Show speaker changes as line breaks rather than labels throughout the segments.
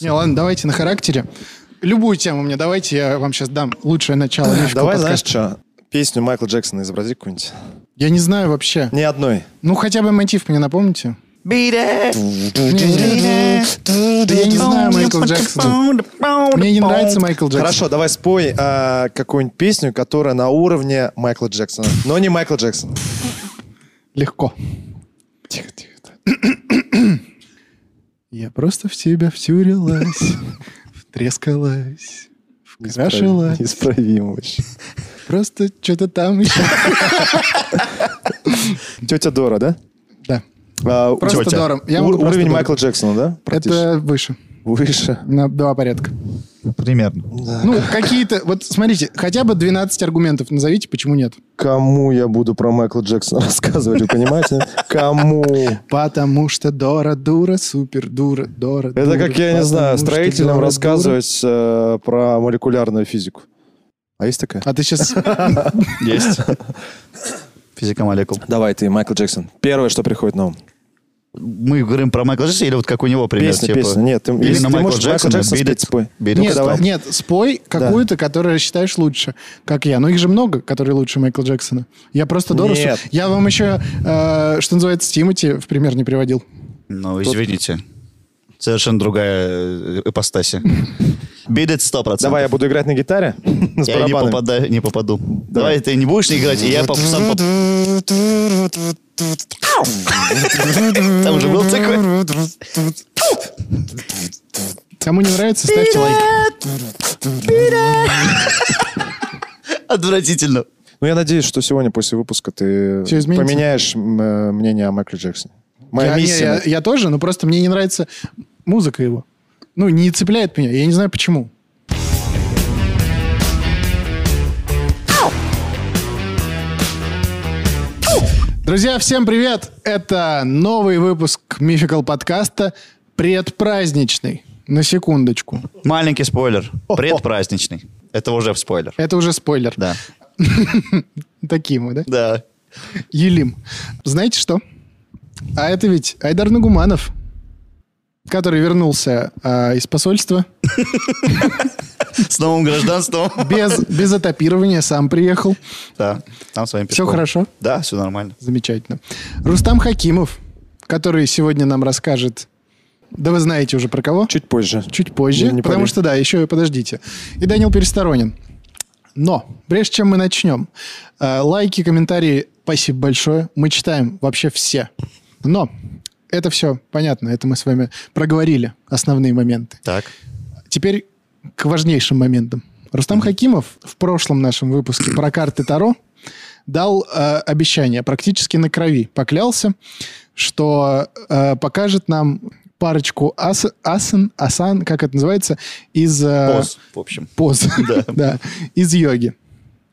Не, ладно, давайте на характере. Любую тему мне давайте, я вам сейчас дам лучшее начало. лучшего
Давай, знаешь
подкаста.
что? Песню Майкла Джексона изобрази какую-нибудь.
Я не знаю вообще.
Ни одной.
Ну, хотя бы мотив мне напомните. Да я не знаю Майкла Джексона. Мне не нравится Майкл Джексон.
Хорошо, давай спой а, какую-нибудь песню, которая на уровне Майкла Джексона. Но не Майкла Джексона.
Легко.
Тихо, тихо.
Я просто в тебя втюрилась, втрескалась, вкрашилась.
Исправим вообще.
Просто что-то там еще.
Тетя Дора, да?
Да.
А,
Просто
тетя.
Дора. Я
Ур-
могу просто
уровень
Дора.
Майкла Джексона, да? Практически.
Это выше.
Выше.
На два порядка.
Примерно.
Ну, какие-то... Вот смотрите, хотя бы 12 аргументов назовите, почему нет.
Кому я буду про Майкла Джексона рассказывать, вы понимаете? Кому?
Потому что Дора дура, супер дура, Дора
Это как, я не знаю, строителям рассказывать э, про молекулярную физику. А есть такая?
А ты сейчас...
Есть. Физика молекул.
Давай ты, Майкл Джексон. Первое, что приходит на ум.
Мы говорим про Майкла Джексона или вот как у него пример?
Песня,
типа?
песня. Нет, ты-
Или
если
на
ты
Майкла
можешь Майкла
Джексона
Джексона
«Beat
спеть,
It».
спой.
«Beat It».
Ну-ка,
Нет,
давай.
нет, спой какую-то, которую считаешь лучше, как я. Ну, их же много, которые лучше Майкла Джексона. Я просто Дора...
Нет.
всю- Я вам еще, э, что называется, Тимати в пример не приводил.
Ну, извините. Совершенно другая э, ипостаси. Бидет 100%.
Давай я буду играть на гитаре с
Я не,
барабанами.
попадаю, не попаду. Давай. ты не будешь играть, и я поп- сам поп- Там же был такой.
Кому не нравится, ставьте лайк.
Отвратительно.
Ну, я надеюсь, что сегодня после выпуска ты
Всё изменится.
поменяешь м, э, мнение о Майкле Джексоне. Моя
Я- не,
миссия.
я- я тоже, но просто мне не нравится музыка его. Ну, не цепляет меня. Я не знаю, почему. Друзья, всем привет! Это новый выпуск Мификал подкаста предпраздничный. На секундочку.
Маленький спойлер. Предпраздничный. Это уже в спойлер.
Это уже спойлер.
Да.
Такие мы, да?
Да.
Елим. Знаете что? А это ведь Айдар Нагуманов, который вернулся а, из посольства.
С новым гражданством.
Без, без этапирования сам приехал.
Да. Там с вами
Все хорошо?
Да, все нормально.
Замечательно. Рустам Хакимов, который сегодня нам расскажет... Да вы знаете уже про кого?
Чуть позже.
Чуть позже.
Не- не
потому
пари.
что, да, еще и подождите. И Данил Пересторонин. Но, прежде чем мы начнем, э, лайки, комментарии, спасибо большое. Мы читаем вообще все. Но это все понятно. Это мы с вами проговорили основные моменты.
Так.
Теперь к важнейшим моментам. Рустам Хакимов в прошлом нашем выпуске про карты Таро дал э, обещание, практически на крови поклялся, что э, покажет нам парочку ас, асан, асан, как это называется, из... э,
Поз, в общем.
Поз, да. Из йоги.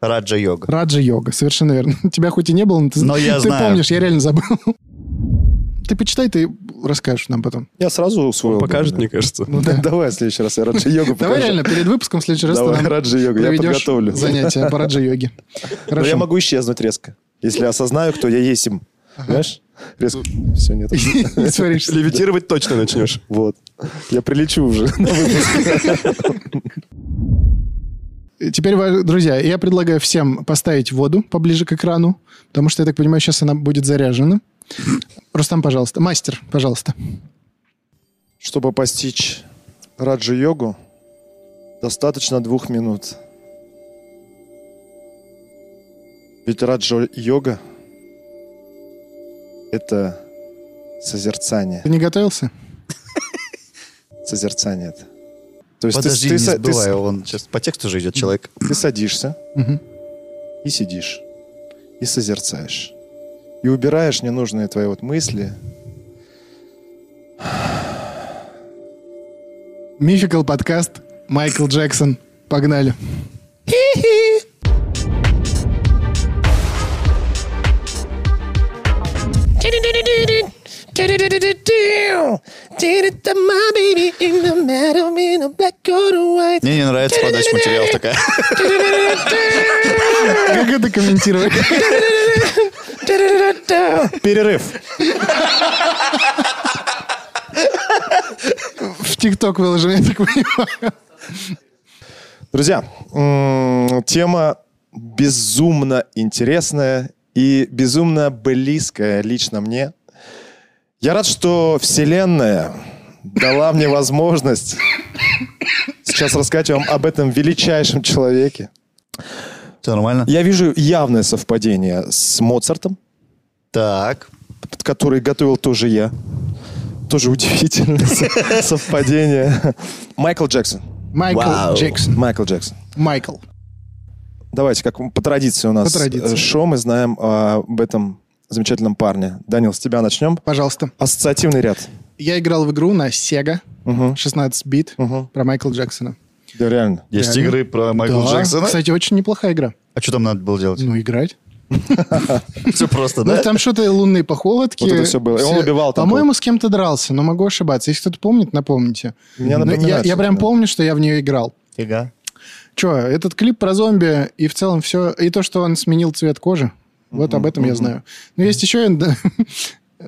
Раджа-йога.
Раджа-йога, совершенно верно. Тебя хоть и не было, но ты,
Но я
ты
знаю.
помнишь, я реально забыл. Ты почитай, ты расскажешь нам потом.
Я сразу усвоил.
Покажет,
думаю.
мне кажется.
Ну да.
Давай в следующий раз я Раджа йогу покажу.
Давай реально перед выпуском в следующий раз
Давай,
ты нам
раджа-йога, я
проведешь
подготовлю.
занятия по раджа-йоге.
Но
Хорошо.
я могу исчезнуть резко. Если осознаю, кто я есть им. Знаешь? Резко. Все, нет.
Не сваришься.
Левитировать точно начнешь.
Вот. Я прилечу уже.
Теперь, ва- друзья, я предлагаю всем поставить воду поближе к экрану, потому что, я так понимаю, сейчас она будет заряжена. Рустам, пожалуйста. Мастер, пожалуйста.
Чтобы постичь раджа-йогу, достаточно двух минут. Ведь раджа-йога — это созерцание.
Ты не готовился?
Созерцание это. То есть ты-
Подожди,
ты,
не
са- ты, с-
сдувай, он сейчас по тексту же идет человек.
ты садишься
Мгм.
и сидишь, и созерцаешь, и убираешь ненужные твои вот мысли.
Мификал подкаст. Майкл Джексон. Погнали.
Мне не нравится подача материалов такая.
Как это комментировать?
Перерыв.
В
ТикТок выложим, я так понимаю.
Друзья, м, тема безумно интересная и безумно близкая лично мне. Я рад, что Вселенная дала мне возможность сейчас рассказать вам об этом величайшем человеке.
Все нормально?
Я вижу явное совпадение с Моцартом,
Так.
который готовил тоже я. Тоже удивительное со- совпадение. Майкл Джексон.
Майкл
Вау.
Джексон.
Майкл Джексон.
Майкл.
Давайте, как по традиции у нас
По традиции.
э, шоу, мы знаем а, об этом замечательном парне. Данил, с тебя начнем.
Пожалуйста.
Ассоциативный ряд.
Я играл в игру на Sega
Мгм.
16 бит
Мгм.
про Майкла Джексона.
Да, реально.
Есть
Реально?
игры про Майкла
Да,
Джексона.
Кстати, очень неплохая игра.
А что там надо было делать?
Ну, играть.
Все просто,
Ну,
да?
там что-то лунные похолодки.
Вот это всё было. И он убивал там
По-моему, с кем-то дрался, но могу ошибаться. Если кто-то помнит, напомните.
Мне
Но
напоминает
я, я
что-то,
прям
да.
помню, что я в нее играл.
Фига.
Че, этот клип про зомби и в целом все... И то, что он сменил цвет кожи. Вот об этом я знаю. Но есть еще...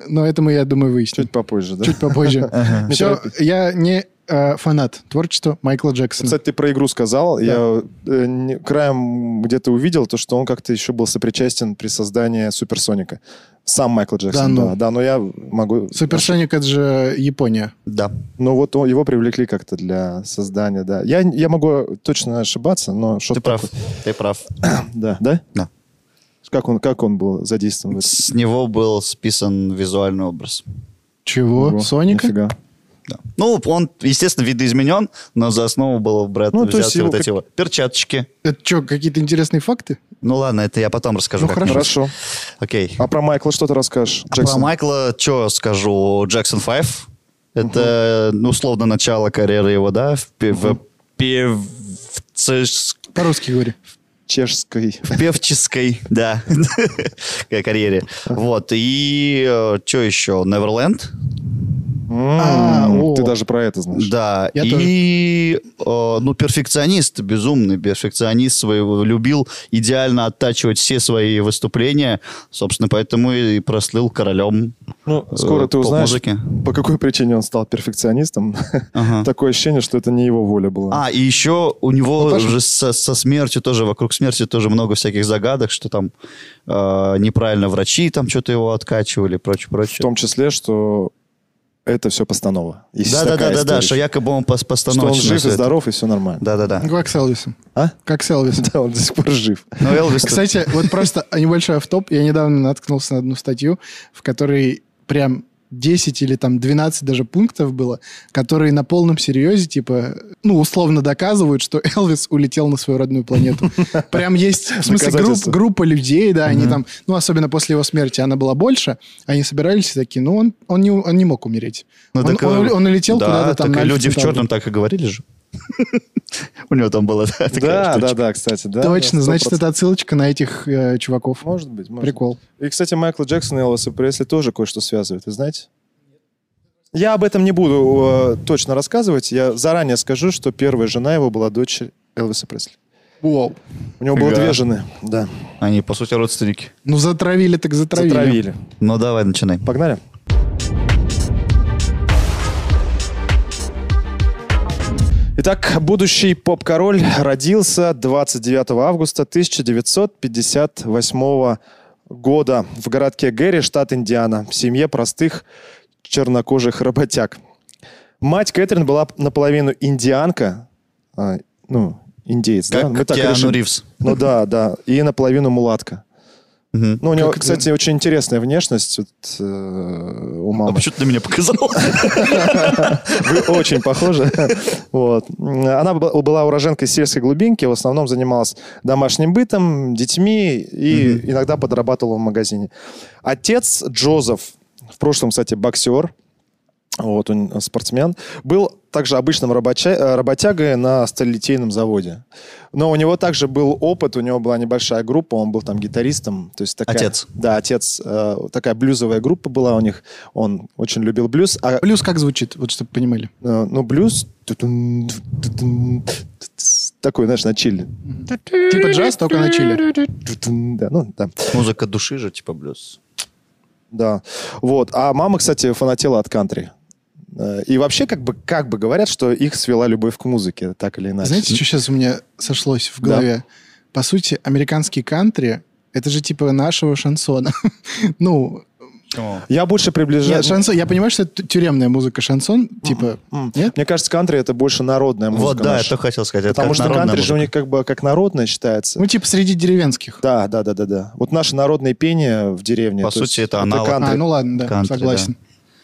Но это мы, я думаю, выясним.
Чуть попозже, да?
Чуть попозже.
Не
Все,
торопись.
я не э, фанат творчества Майкла Джексона.
Кстати, ты про игру сказал. Я э, не- краем где-то увидел то, что он как-то еще был сопричастен при создании Суперсоника. Сам Майкл Джексон,
Да ну.
да. Да, но я могу...
Суперсоник это же Япония.
Да.
Ну вот он- его привлекли как-то для создания, да. Я, я могу точно ошибаться, но что-то...
Ты прав.
такое.
Ты прав.
Да, да?
Типа Да.
Как он, как он был задействован в этом?
С него был списан визуальный образ.
Чего?
Ого,
Соника?
нифига.
Да. Ну, он, естественно, видоизменен, но за основу было брат
Ну, то
взяты
есть его
вот
как-
эти вот перчаточки.
Это что, какие-то интересные факты?
Ну ладно, это я потом расскажу.
Ну,
как-нибудь.
Хорошо.
Хорошо.
Окей.
А про Майкла что ты расскажешь?
А про
Джексон?
Майкла что скажу? Джексон 5. Это, ну, условно, начало карьеры его, да? В, пе- в певцес-
По-русски говори.
Чешский.
в певческой, да, карьере. Вот, и э, что еще? Неверленд,
А,
М,
о.
Ты даже про это знаешь.
Да,
Я
и э, ну перфекционист, безумный перфекционист своего любил идеально оттачивать все свои выступления, собственно, поэтому и прослыл королем.
Ну, скоро
э,
ты узнаешь,
поп-музыки.
по какой причине он стал перфекционистом.
Ага.
Такое ощущение, что это не его воля была.
А и еще у него
Ну, Паша-
же со, со смертью тоже вокруг смерти тоже много всяких загадок, что там э, неправильно врачи там что-то его откачивали, прочее,
В
прочее.
том числе, что это все постанова. Есть
Да, да,
такая
да, да, да,
история.
что якобы он пос-
Что
постановочный.
он жив
всё
и
это.
здоров, и все нормально.
Да, да, да.
Как с Элвисом.
А?
Как с Элвисом.
Да, он до сих пор жив.
Но Элвис.
Кстати, вот просто небольшой автоп. Я недавно наткнулся на одну статью, в которой прям 10 или там 12 даже пунктов было, которые на полном серьезе, типа, ну, условно доказывают, что Элвис улетел на свою родную планету. Прям есть, в смысле, групп-
Доказательства.
группа людей, да, они там, ну, особенно после его смерти, она была больше, они собирались и такие, ну, он, он, не, у- он не мог умереть.
Ну,
он,
так, э,
он- он улетел
да,
куда-то там.
так
на
и люди в
Альфа-Таuri.
черном так и говорили же. У него там была да, такая
Да, да,
штучка.
да, кстати. да,
Точно,
да,
значит,
100%.
это отсылочка на этих э, чуваков.
Может быть, может быть.
Прикол.
И, кстати, Майкл Джексон и Элвис Пресли тоже кое-что связывает, вы знаете? Я об этом не буду э, точно рассказывать. Я заранее скажу, что первая жена его была дочь Элвиса Пресли.
Вау.
У него было
Фига.
две жены. Да.
Они, по сути, родственники.
Ну, затравили так затравили.
Затравили.
Ну, давай, начинай.
Погнали. Итак, будущий поп-король родился 29 августа 1958 года в городке Гэри, штат Индиана, в семье простых чернокожих работяг. Мать Кэтрин была наполовину индианка, а, ну, индеец, да?
Как
Мы так
Киану
решили.
Ривз.
Ну да, да, и наполовину мулатка.
Мгм.
Ну, у него,
Как-
кстати, очень интересная внешность вот, э, у
А
мамы.
почему ты на меня показал?
Вы очень похожи. Вот. Она б- была уроженкой сельской глубинки, в основном занималась домашним бытом, детьми и иногда подрабатывала в магазине. Отец Джозеф, в прошлом, кстати, боксер, вот он э, спортсмен, был также обычным рабоча- э, работягой на сталелитейном заводе. Но у него также был опыт, у него была небольшая группа, он был там гитаристом. То есть такая,
Отец.
Да, отец. э, такая блюзовая группа была у них. Он очень любил блюз. А
Плюс как звучит, вот чтобы понимали.
Э, Ну, блюз... ту-тун, ту-тун, ту-тс, Такой, знаешь, на чили.
Типа джаз, только на чили.
Ту-тун, Да, ну, да.
Музыка души же, типа блюз.
Да. Вот. А мама, кстати, фанатела от кантри. Э, И вообще, как бы, как бы говорят, что их свела любовь к музыке, так или иначе.
Знаете, что сейчас у меня сошлось в
Да.
голове? По сути, американский кантри — это же типа нашего шансона. Ну,
Я больше приближаю...
нет, шансон, я понимаю, что это тю- тюремная музыка шансон, типа...
М.
Нет?
Мне кажется, кантри это больше народная музыка.
Вот, да,
наша.
это хотел сказать. это
Потому
как
что
народная
кантри же у
музыка.
них как бы как народная считается.
Ну, типа среди деревенских.
Да, да, да, да, да. Вот наше народное пение в деревне.
По
то есть
сути, это аналог.
кантри.
А, ну ладно, да,
Кантри,
согласен.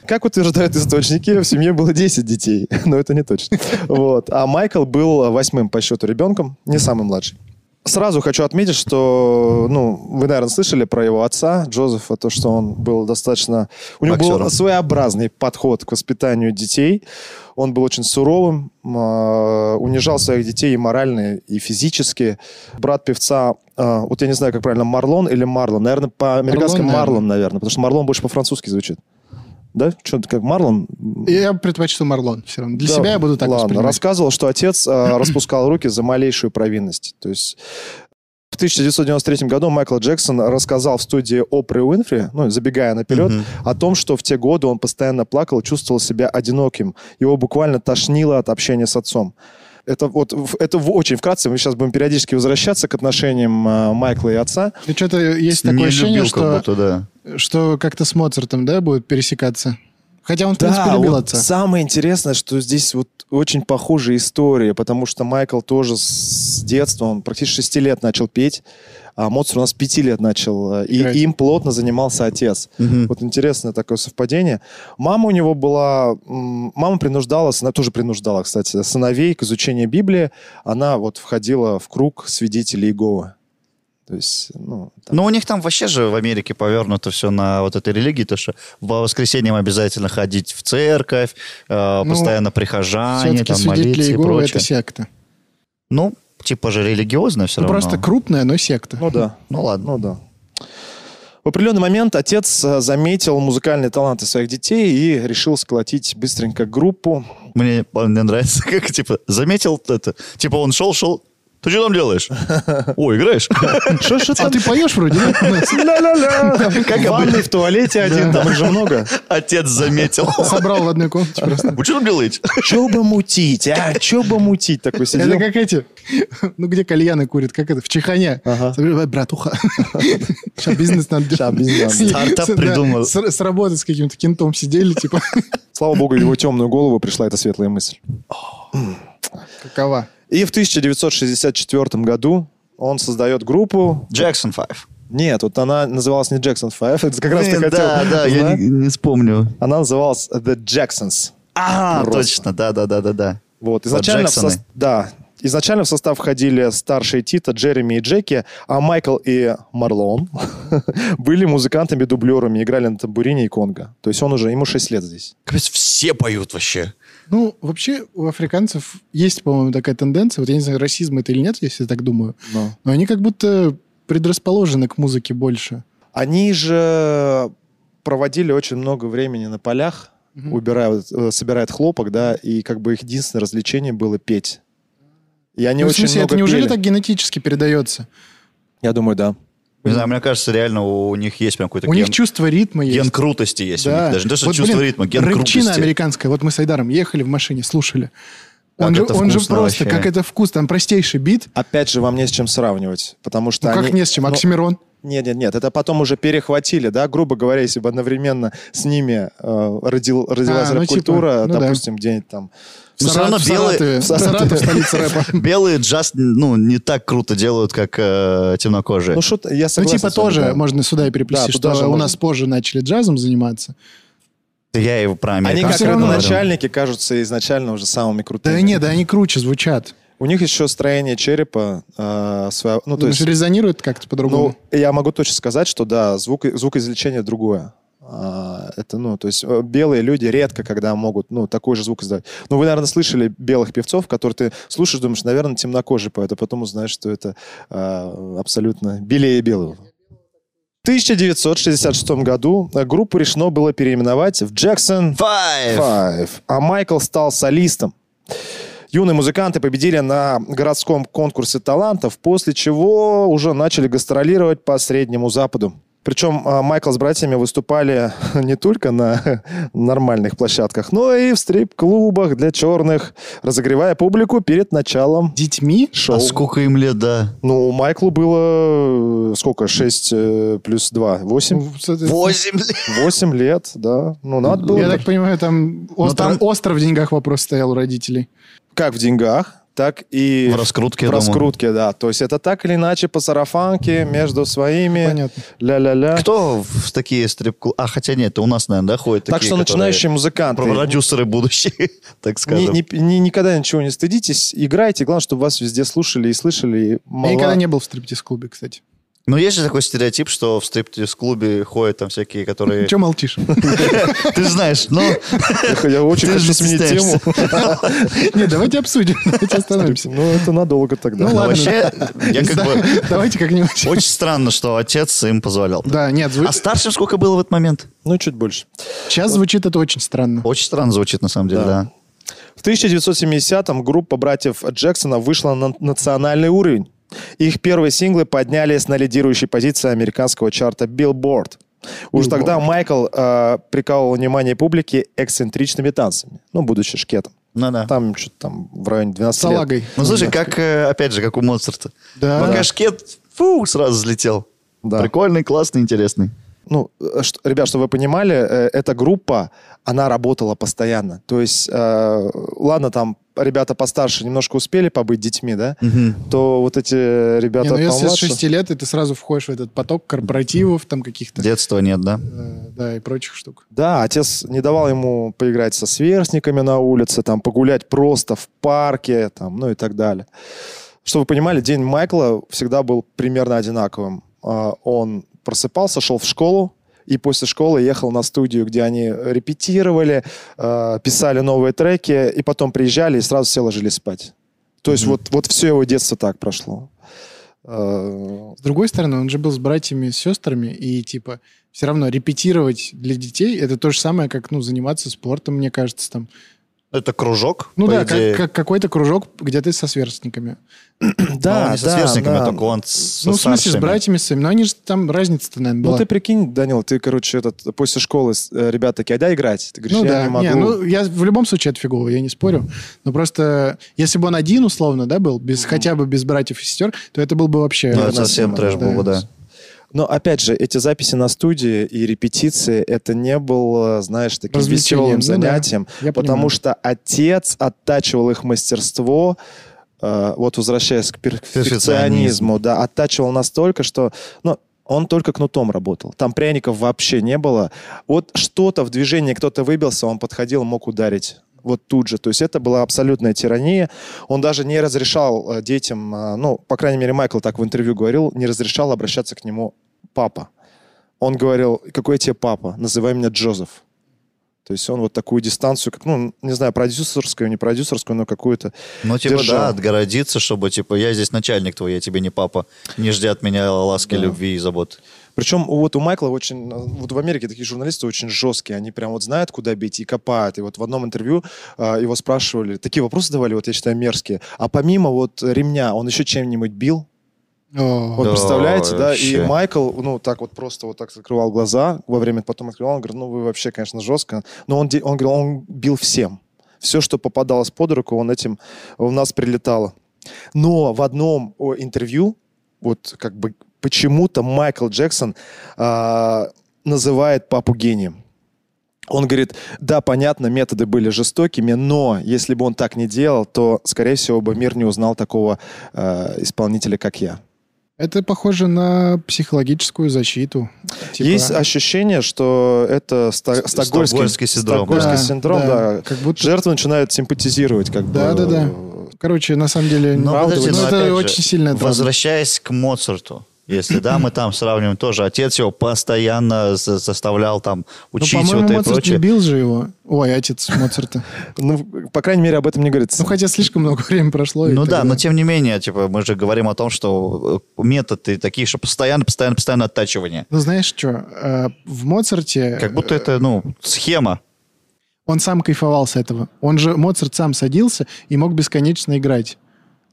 Как утверждают источники, в семье было 10 детей, но это не точно. Вот. А Майкл был восьмым по счету ребенком, не самый младший. Сразу хочу отметить, что, ну, вы, наверное, слышали про его отца, Джозефа, то, что он был достаточно... У него был
Боксером.
своеобразный подход к воспитанию детей. Он был очень суровым, э, унижал своих детей и морально, и физически. Брат певца, э, вот я не знаю, как правильно, Марлон или Марлон? Наверное, по-американски
Марлон, наверное.
Марлон, наверное, потому что Марлон больше по-французски звучит. Да? Что-то как Марлон?
Я предпочту Марлон все равно. Для
Да,
себя я буду так
Ладно,
воспринимать.
рассказывал, что отец э, распускал руки за малейшую провинность. То есть в 1993 году Майкл Джексон рассказал в студии Опры Уинфри, ну, забегая наперед,
Мгм.
о том, что в те годы он постоянно плакал, чувствовал себя одиноким. Его буквально тошнило от общения с отцом. Это вот, в- это в- очень вкратце. Мы сейчас будем периодически возвращаться к отношениям э, Майкла и отца.
Ну, что-то есть такое
Не
ощущение,
любил как
что,
будто, да.
что как-то с Моцартом, да, будет пересекаться. Хотя он, в принципе, любил
вот
отца.
самое интересное, что здесь вот очень похожая история, потому что Майкл тоже с детства, он практически 6 лет начал петь, а Моцарт у нас 5 лет начал, э, и
Играть.
им плотно занимался отец.
Мгм.
Вот интересное такое совпадение. Мама у него была... м, Мама принуждала, она тоже принуждала, кстати, сыновей к изучению Библии. Она вот входила в круг свидетелей Иеговы. То есть, ну... там-
Ну, у них там вообще же в Америке повернуто все на вот этой религии, то что по воскресеньям обязательно ходить в церковь, э,
Ну,
постоянно прихожане,
Все-таки
там
свидетели
молиться и
Иеговы —
прочее.
это секта.
Ну, типа же религиозно все
Ну,
равно.
просто крупная, но секта.
ну да.
Ну, ладно.
Ну да. В определенный момент отец э, заметил музыкальные таланты своих детей и решил сколотить быстренько группу.
Ну, Мне, мне нравится, как, типа, заметил это. Типа он шел-шел, ты что там делаешь? О, играешь?
Что ж
А
это?
ты поешь вроде? Ну, нет?
Ля-ля-ля. В ванной, в туалете один, там их же много.
Отец заметил.
Собрал в одной комнате просто.
Вы что там делаете?
Че бы мутить, а? Че бы мутить? Такой
Это
сидел.
как эти, ну где кальяны курят, как это, в чехане.
Ага.
Смотри, «Ой, Братуха, сейчас бизнес надо
Ща
делать.
бизнес надо
Стартап
Да,
придумал.
С с работы с каким-то кентом сидели, типа,
Слава богу, в его темную голову пришла эта светлая мысль.
какова?
И в 1964 году он создает группу.
Джексон 5.
Нет, вот она называлась не Джексон 5. Это как раз ты хотел.
Да, да, я
узнать.
не- не вспомню.
Она называлась The Jacksons.
А,
Просто.
точно, да-да-да-да-да.
Вот, изначально, в сос-
Джексоны.
да, изначально в состав входили старшие Тита, Джереми и Джеки, а Майкл и Марлон были музыкантами-дублерами, играли на тамбурине и конго. То есть он уже, ему 6 лет здесь.
Капец, все поют вообще.
Ну, вообще, у африканцев есть, по-моему, такая тенденция, вот я не знаю, расизм это или нет, если я так думаю,
Но.
но они как будто предрасположены к музыке больше.
Они же проводили очень много времени на полях,
Мгм.
убирая, вот, э, собирают хлопок, да, и как бы их единственное развлечение было петь. И они
Ну, в
очень
смысле,
много
это неужели
пели.
так генетически передается?
Я думаю, да.
Не знаю, мне кажется, реально у них есть прям какой-то
У
ген,
них чувство ритма есть.
ген крутости есть. у них даже, даже
Вот,
чувство
блин,
ритма, ген
рыбчина
крутости.
американская. Вот мы с Айдаром ехали в машине, слушали.
Как
Он, же,
это
он же
вкусно
просто,
вообще.
как это вкус, там простейший бит.
Опять же, вам не с чем сравнивать, потому что
Ну, как
они-
не с чем,
Ну,
Оксимирон.
Нет, нет, нет, это потом уже перехватили, да, грубо говоря, если бы одновременно с ними э, родил, родилась
А, ну,
рэп-культура,
типа, ну да.
допустим, где-нибудь там.
В
Ну, всё равно
Саратов- в
белые-
Саратове,
в Саратове.
Саратов столица рэпа.
Белые джаз, ну, не так круто делают, как э, темнокожие.
Ну, что я
Ну,
согласен.
типа
с вами,
тоже
да.
можно сюда и переплести,
Да,
что
туда же
у
можно.
нас позже начали джазом заниматься.
Я его про
Они
американцев
как
всё равно-
говорю.
родоначальники кажутся изначально уже самыми крутыми.
Да и нет, да они круче звучат.
У них еще строение черепа э, свое- ну, то
Ну,
есть,
же резонирует как-то
ну,
по-другому.
я могу точно сказать, что да, звук, звукоизвлечение другое. А, это, ну, то есть э, белые люди редко, когда могут, ну, такой же звук издавать. Ну, вы, наверное, слышали белых певцов, которые ты слушаешь, думаешь, наверное, темнокожий поэт, а потом узнаешь, что это э, абсолютно белее белого. В 1966 году э, группу решено было переименовать в Джексон
Five!
Five. А Майкл стал солистом. Юные музыканты победили на городском конкурсе талантов, после чего уже начали гастролировать по Среднему Западу. Причем а, Майкл с братьями выступали не только на нормальных площадках, но и в стрип-клубах для черных, разогревая публику перед началом
Детьми?
шоу.
А сколько им лет, да?
Ну, Майклу было э, сколько? 6 плюс 2? 8?
Ну, соответственно,
Восемь лет.
8 лет, да. Ну, надо было.
Я так понимаю, там
Ну,
остро,
там-
остро в деньгах вопрос стоял у родителей.
Как в деньгах, так и
В раскрутке,
в
я думаю.
раскрутке, да. То есть это так или иначе по сарафанке между своими.
Понятно.
Ля-ля-ля.
Кто в такие стрип-клубы? А, хотя нет, это у нас, наверное, да, ходят
так
такие,
что
которые
начинающие м-м-м. музыканты.
про- Продюсеры будущие, так
ни-
скажем.
ни- ни- никогда ничего не стыдитесь, играйте, главное, чтобы вас везде слушали и слышали. и мало-
Я никогда не был в стриптиз-клубе, кстати.
Но есть же такой стереотип, что в стриптиз-клубе ходят там всякие, которые...
Че молчишь?
Ты знаешь, ну,
Я очень
Ты
хочу
же
сменить тему.
стесняешься.
Нет, давайте обсудим. Давайте остановимся.
Ну, это надолго тогда.
Ну,
Ну,
ладно.
вообще, я как бы...
Давайте как-нибудь.
Очень странно, что отец им позволял.
Да, нет, зву-
А старшим сколько было в этот момент?
Ну, чуть больше.
сейчас звучит это очень странно.
Очень странно звучит, на самом деле,
Да.
да.
В 1970-м группа братьев Джексона вышла на национальный уровень. Их первые синглы поднялись на лидирующей позиции американского чарта Billboard. Уж
Billboard.
тогда Майкл э, приковывал внимание публики эксцентричными танцами, ну, будучи шкетом.
Ну да.
Там что-то там в районе 12 лет.
Салагой.
Ну, слушай, как, э, опять же, как у Моцарта.
Да.
Пока шкет, фу, сразу взлетел.
Да.
Прикольный, классный, интересный.
Ну, э, что- ребят, чтобы вы понимали, э, эта группа, она работала постоянно. То есть, э, ладно, там ребята постарше немножко успели побыть детьми, да? То вот эти ребята
Не, ну, если с
помладше-
6 лет, и ты сразу входишь в этот поток корпоративов, там каких-то,
Детства нет, да?
э, да, и прочих штук.
Да, отец не давал ему поиграть со сверстниками на улице, там, погулять просто в парке, там, ну и так далее. Чтобы вы понимали, день Майкла всегда был примерно одинаковым. А, Он просыпался, шел в школу, и после школы ехал на студию, где они репетировали, э, писали новые треки, и потом приезжали и сразу все ложились спать. То есть
Мгм.
вот, вот все его детство так прошло. Э,
С другой стороны, он же был с братьями и сестрами, и типа все равно репетировать для детей это то же самое, как ну заниматься спортом, мне кажется, там.
Это кружок,
Ну
по
да,
идее.
как, как какой-то кружок, где ты со сверстниками.
Но он Ну, не со сверстниками, а только он с-
ну, в
со
смысле, с
старшими.
братьями своими. Но они же там разница-то, наверное, была.
Ну, ты прикинь, Данил, ты, короче, этот, после школы с- э, ребята такие, а дай играть. Ты говоришь,
Ну
я
да,
не могу.
не, ну я в любом случае это фигово, я не спорю. Но просто если бы он один условно, да, был, без хотя бы без братьев и сестер, то это был бы вообще.
Ну, это
Невыносимо,
совсем трэш
да.
был бы, да.
Но, опять же, эти записи на студии и репетиции, это не было, знаешь, таким
Развлечением,
веселым
ну да,
занятием,
я
потому
понимаю.
что отец оттачивал их мастерство, э, вот возвращаясь к перфекционизму,
Перфекционизму.
да, оттачивал настолько, что... Ну, он только кнутом работал. Там пряников вообще не было. Вот что-то в движении кто-то выбился, он подходил, мог ударить. Вот тут же. То есть это была абсолютная тирания. Он даже не разрешал э, детям, э, ну, по крайней мере, Майкл так в интервью говорил, не разрешал обращаться к нему папа. Он говорил, какой я тебе папа? Называй меня Джозеф. То есть он вот такую дистанцию, как, ну, не знаю, продюсерскую, не продюсерскую, но какую-то.
Ну, типа,
держал.
да, отгородиться, чтобы, типа, я здесь начальник твой, я тебе не папа. Не жди от меня ласки, любви и забот.
Причем вот у Майкла очень, э, вот в Америке такие журналисты очень жесткие, они прям вот знают, куда бить и копают. И вот в одном интервью э, его спрашивали, такие вопросы давали, вот я считаю, мерзкие. А помимо вот ремня, он еще чем-нибудь бил?
О,
Вот
Да,
представляете, да? И
вообще.
Майкл, ну, так вот просто вот так закрывал глаза во время, потом открывал, он говорит, ну, вы вообще, конечно, жестко. Но он, де- он говорил, он бил всем. Все, что попадалось под руку, он этим у нас прилетало. Но в одном о, интервью, вот как бы почему-то Майкл Джексон а, называет папу гением. Он говорит, да, понятно, методы были жестокими, но если бы он так не делал, то, скорее всего, бы мир не узнал такого а, исполнителя, как я.
Это похоже на психологическую защиту. Типа-
Есть ощущение, что это ста- стокгольмский,
стокгольмский синдром,
стокгольмский
Да,
синдром, да.
да, Как будто...
Жертва начинает симпатизировать, как бы.
Да, да, да. Короче, на самом деле,
Но
ну,
подожди, но опять
это
же,
очень сильно
Возвращаясь к Моцарту, если да, мы там сравниваем тоже, отец его постоянно за- заставлял там
Ну,
учить
по-моему,
вот это и
Моцарт не
прочее.
бил же его. Ой, отец Моцарта.
Ну, по крайней мере, об этом не говорится.
Ну, хотя слишком много времени прошло. и
Ну
так
да,
далее.
но тем не менее, типа, мы же говорим о том, что э, методы такие, что постоянно, постоянно, постоянно оттачивание.
Ну, знаешь что, в Моцарте... э,
Как будто это, ну, схема.
Он сам кайфовал с этого. Он же, Моцарт сам садился и мог бесконечно играть.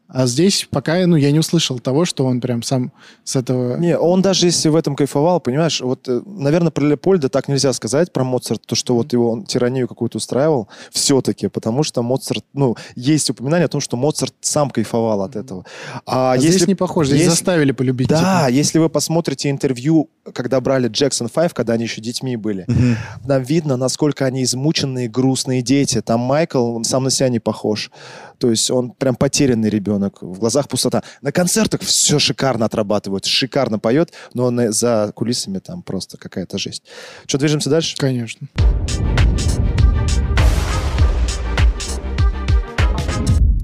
А здесь пока, ну, я не услышал того, что он прям сам с этого...
Не, он даже если в этом кайфовал, понимаешь, вот, э, наверное, про Лепольда так нельзя сказать, про Моцарт, то, что вот его он тиранию какую-то устраивал, все-таки, потому что Моцарт, ну, есть упоминание о том, что Моцарт сам кайфовал от этого. А,
А
если-
здесь не похоже, здесь
если-
заставили полюбить.
Да,
типа.
если вы посмотрите интервью, когда брали Джексон 5, когда они еще детьми были, там видно, насколько они измученные, грустные дети. Там Майкл, он сам на себя не похож. То есть он прям потерянный ребенок, в глазах пустота. На концертах все шикарно отрабатывают, шикарно поет, но на- за кулисами там просто какая-то жесть. Что, движемся дальше?
Конечно.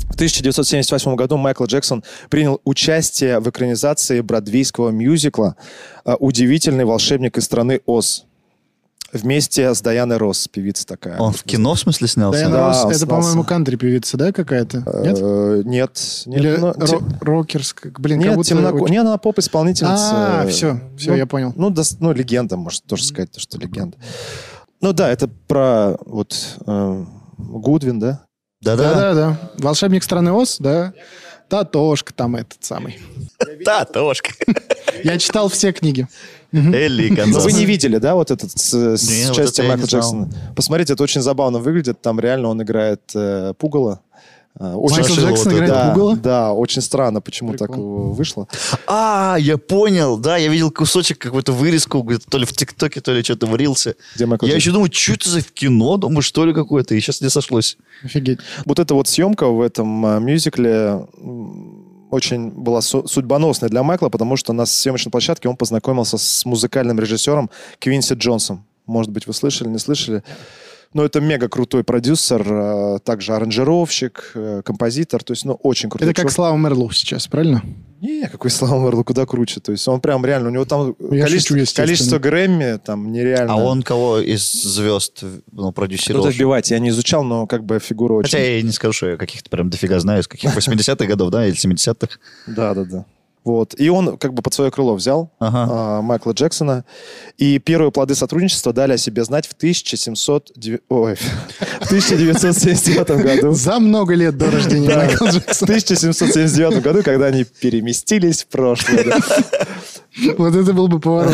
В 1978 году Майкл Джексон принял участие в экранизации бродвейского мюзикла э, «Удивительный волшебник из страны Оз» вместе с Даяной Росс, певица такая.
Он в кино, в смысле, снялся?
Дайана
Да,
Росс,
он
это,
снялся.
по-моему, кантри-певица, да, какая-то?
Э,
Нет?
Нет. нет,
Или
ну,
ро-
тем-
рокерская? Блин,
нет,
как будто...
темноко-
очень-
не, ну, она поп-исполнительница.
А,
Э,
все, все,
ну,
я понял.
Ну, дос- ну, легенда, может тоже сказать, то, что легенда. Ну да, это про вот э, Гудвин, да?
Да-да.
Да-да-да. Волшебник страны Оз, да. Татошка там этот самый.
Та, Тошка.
Я читал все книги.
Э,
Элли и
Но Ну, вы
Гонзалес.
не видели, да, вот этот с, с
Не, вот это
участием
я
Майкла
не знал.
Джексона? Посмотрите, это очень забавно выглядит. Там реально он играет э, пугало. Э, очень
Майкл
Страшило
Джексон
вот это.
играет
да,
пугало?
да, очень странно, почему так э, вышло.
А, я понял, да, я видел кусочек, какую-то вырезку, где-то то ли в ТикТоке, то ли что-то в Рилсе.
Где Майкл
Я
Джексон?
еще думаю, что это за кино, думаю, что ли какое-то, и сейчас не сошлось.
Офигеть.
Вот эта вот съемка в этом э, мюзикле м, очень была су- судьбоносной для Майкла, потому что на съемочной площадке он познакомился с музыкальным режиссером Квинси Джонсом. Может быть, вы слышали, не слышали. Но это мега крутой продюсер, э, также аранжировщик, э, композитор. То есть, ну, очень крутой.
Это как
чувак.
Слава Мерлоу сейчас, правильно?
Не, какой Слава Мэрлоу, куда круче. То есть, он прям реально, у него там
Ну, Я
количество,
шучу, естественно.
количество Грэмми там нереально. Ну,
А он кого из звезд ну, продюсировал?
Кто-то вбивать, я не изучал, но как бы фигура очень...
Хотя я и не скажу, что я каких-то прям дофига знаю, из каких 80-х годов, да, или 70-х.
Да, да, да. Вот. И он как бы под свое крыло взял
Ага.
а, Майкла Джексона. И первые плоды сотрудничества дали о себе знать в, 1700... дев- Ой, в 1979 году.
За много лет до рождения
Да.
Майкла
В 1779 году, когда они переместились в прошлое. да.
Джексона. Вот это был бы поворот.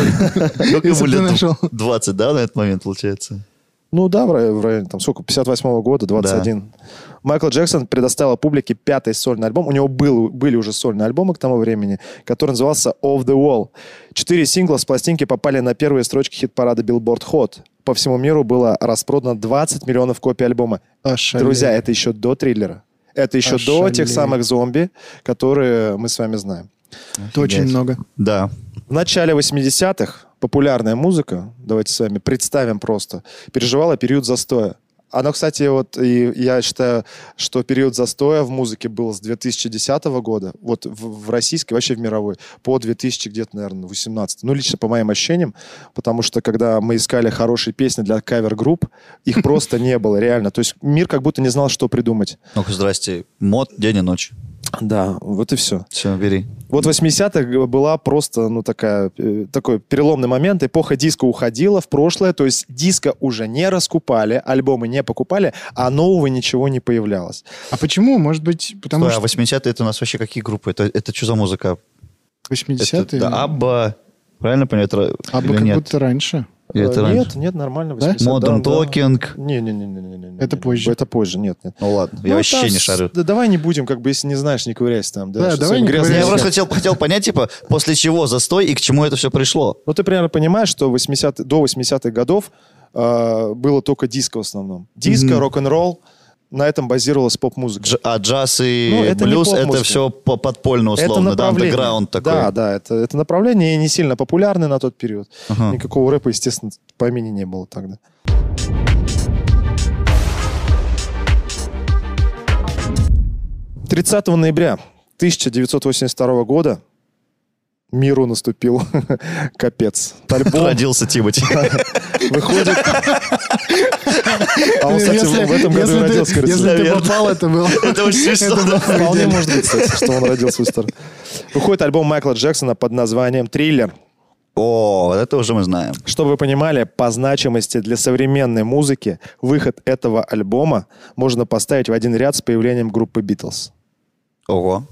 Если
Сколько ему
бы ты
лет?
нашел.
20, да, на этот момент, получается?
Ну да, в рай- в районе, там, сколько, 58 года, 21. Майкл Джексон предоставил публике пятый сольный альбом. У него был, были уже сольные альбомы к тому времени, который назывался «Off the Wall». Четыре сингла с пластинки попали на первые строчки хит-парада Billboard Hot. По всему миру было распродано 20 миллионов копий альбома.
Ошалеть.
Друзья, это еще до триллера. Это еще до
Ошалеть.
тех самых зомби, которые мы с вами знаем.
Это очень
Офигеть.
много.
Да.
В начале 80-х популярная музыка, давайте с вами представим просто, переживала период застоя. Оно, кстати, вот и я считаю, что период застоя в музыке был с 2010 года, вот в, в российской, вообще в мировой, по 2000 где-то, наверное, 18. Ну, лично по моим ощущениям, потому что когда мы искали хорошие песни для кавер-групп, их просто не было, реально. То есть мир как будто не знал, что придумать.
Ну-ка, здрасте. Мод, день и ночь.
Да, вот и все.
Все, бери.
Вот 80-х была просто, ну, такая, э, такой переломный момент. Эпоха диска уходила в прошлое, то есть диска уже не раскупали, альбомы не покупали, а нового ничего не появлялось.
А почему? Может быть, потому
Стой,
что
а 80-е это у нас вообще какие группы? Это, это что за музыка? Это,
80-е?
да,
а,
Абба. Правильно понял? Это,
А бы
или
как
нет?
будто раньше.
Или это
Э,
раньше?
Нет, нет, нормально.
Да?
80-е,
Modern
да, да.
Talking.
Не-не-не-не-не.
Это позже.
Это позже, нет, нет.
Ну ладно, я
Ну,
вообще
там
не
с-
шарю.
Да давай не будем, как бы, если не знаешь, не ковыряйся там.
Да,
что
давай
всем
не
грязно.
ковыряйся.
Я
Подожди.
просто хотел, хотел понять, типа, после чего застой и к чему это все пришло.
Ну, ты примерно понимаешь, что 80 до 80-х годов э, было только диско в основном. Диско,
Мгм.
рок-н-ролл, на этом базировалась поп-музыка.
Дж- а джаз и
Ну, это не
блюз это
поп-музыка.
все по- подпольно
это
условно, да,
направление.
андеграунд такой.
Да, да, это, это направление и не сильно популярное на тот период.
Ага.
Никакого рэпа, естественно, помине не было тогда. «30 ноября 1982 года миру наступил капец. Альбом
Родился Тимати.
выходит... А он, кстати,
Если-
в этом году
если
и
ты-
родился. кажется.
Если ты
Наверное.
попал, это было.
Это очень смешно.
было
Вполне
идеально.
может быть, кстати, что он родился в Истер. Выходит альбом Майкла Джексона под названием «Триллер».
О, вот это уже мы знаем.
Чтобы вы понимали, по значимости для современной музыки выход этого альбома можно поставить в один ряд с появлением группы «Битлз».
Ого.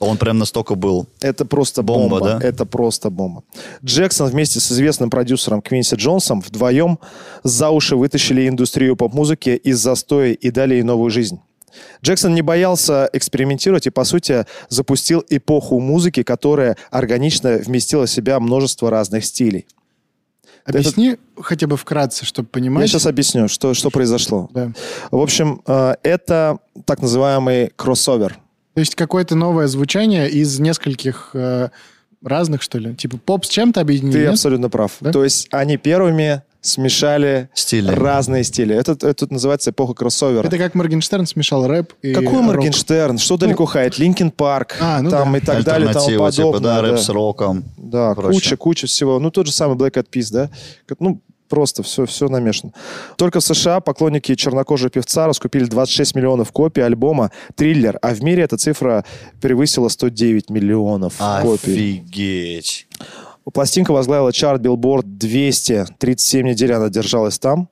Он прям настолько был.
Это просто
Бомба,
бомба.
да?
Это просто бомба. Джексон вместе с известным продюсером Квинси Джонсом вдвоем за уши вытащили индустрию поп-музыки из застоя и дали ей новую жизнь. Джексон не боялся экспериментировать и, по сути, запустил эпоху музыки, которая органично вместила в себя множество разных стилей.
Объясни хотя бы вкратце, чтобы
Я
понимать.
сейчас объясню, что, что произошло.
Да.
В общем, э, это так называемый кроссовер.
То есть какое-то новое звучание из нескольких э, разных, что ли? Типа поп с чем-то объединили?
Ты
нет?
абсолютно прав.
Да?
То есть они первыми смешали
Стили.
разные стили. Это, это называется эпоха кроссовера.
Это как Моргенштерн смешал рэп и
Какой
рок. Ну,
Моргенштерн? Что далеко ходить? Линкин Парк,
А, ну
там
да.
и так далее, и тому
Альтернатива,
подобное.
типа,
да.
да, рэп с роком.
Да,
Проще.
куча, куча всего. Ну, тот же самый Black Eyed Peas, да? Как- Ну, просто все, все намешано. Только в США поклонники чернокожего певца раскупили 26 миллионов копий альбома «Триллер», а в мире эта цифра превысила 109 миллионов копий.
Офигеть.
Пластинка возглавила чарт Billboard 237 недель она держалась там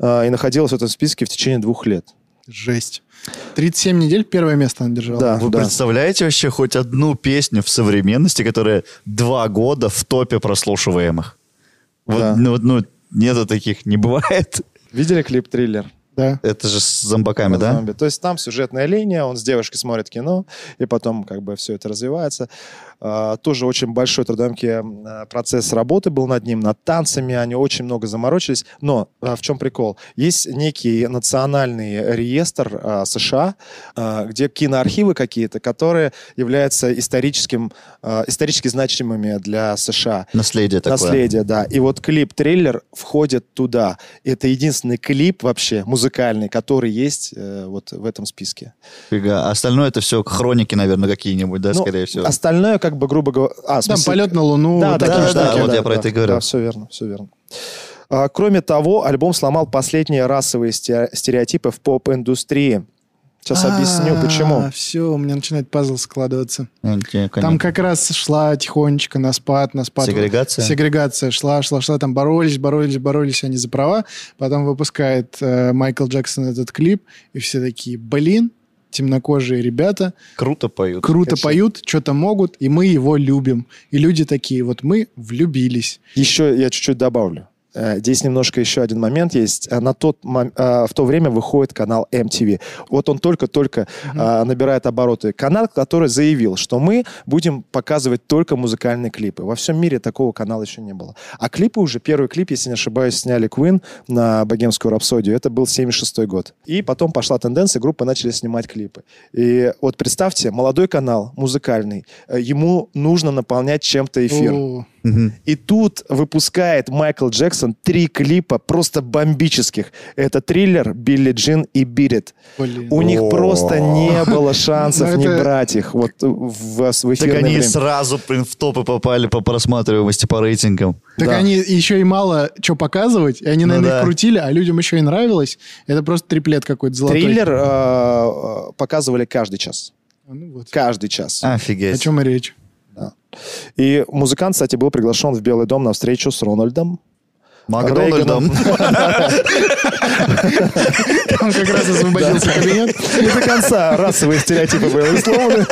э, и находилась в этом списке в течение двух лет.
Жесть. 37 недель первое место она держала.
Да,
Вы
да.
представляете вообще хоть одну песню в современности, которая два года в топе прослушиваемых? Вот,
Да.
ну, вот, ну, нету таких, не бывает.
Видели клип «Триллер»?
Да.
Это же с зомбаками, да?
Зомби. То есть там сюжетная линия, он с девушкой смотрит кино, и потом как бы все это развивается. А, Тоже очень большой трудоемкий м, процесс работы был над ним, над танцами, они очень много заморочились. Но а, в чем прикол? Есть некий национальный реестр а, США, а, где киноархивы какие-то, которые являются историческим, а, исторически значимыми для США.
Наследие Типа такое.
Наследие, да. И вот клип «Триллер» входит туда. Это единственный клип вообще музыкальный, который есть э, вот в этом списке.
Фига. А Остальное это все хроники, наверное, какие-нибудь, да,
Ну,
скорее всего.
Остальное, как бы, грубо говоря... А, в
Там
смысле-
полет на Луну.
да,
вот
да,
такие
да,
штуки.
да,
да, вот
да,
я про
да,
это и говорю.
Да, все верно, все верно. А, Кроме того, альбом сломал последние расовые сте- стереотипы в поп-индустрии. Сейчас
А.
объясню, почему.
Все, у меня начинает пазл складываться.
Э,
Там
Там
как раз шла тихонечко на спад, на спад.
Сегрегация?
Сегрегация шла, шла, шла. Там боролись, боролись, боролись они за права. Потом выпускает э, Майкл Джексон этот клип. И все такие, блин, темнокожие ребята
круто поют.
круто
конечно.
поют, что-то могут, и мы его любим. И люди такие, вот мы влюбились.
Еще я чуть-чуть добавлю. Э, Здесь немножко еще один момент есть. Э, На тот, мом- э, в то время выходит канал MTV. Вот он только-только э, набирает обороты. Канал, который заявил, что мы будем показывать только музыкальные клипы. Во всем мире такого канала еще не было. А клипы уже, первый клип, если не ошибаюсь, сняли Queen на «Богемскую рапсодию». Это был 76 год. И потом пошла тенденция, группы начали снимать клипы. И вот представьте, молодой канал, музыкальный, э, ему нужно наполнять чем-то эфир.
О,
Мгм.
И тут выпускает Майкл Джексон три клипа просто бомбических. Это «Триллер», «Билли Джин» и «Бирит».
блин.
У них
О.
просто не было шансов
Ну,
не
это-
брать их вот в, в
Так
эфирное
они
время.
сразу, блин, в топы попали по просматриваемости, по рейтингам.
Так
да.
они еще и мало что показывать, и они,
Ну
наверное,
да.
их крутили, а людям еще и нравилось. Это просто триплет какой-то золотой.
«Триллер» э, э, показывали каждый час.
А, Ну, вот.
Каждый час.
О
Офигеть.
чем и речь.
И музыкант, кстати, был приглашен в Белый дом на встречу с Рональдом.
Макдональдом.
Он как раз освободился кабинет.
Не до конца расовые стереотипы были условны.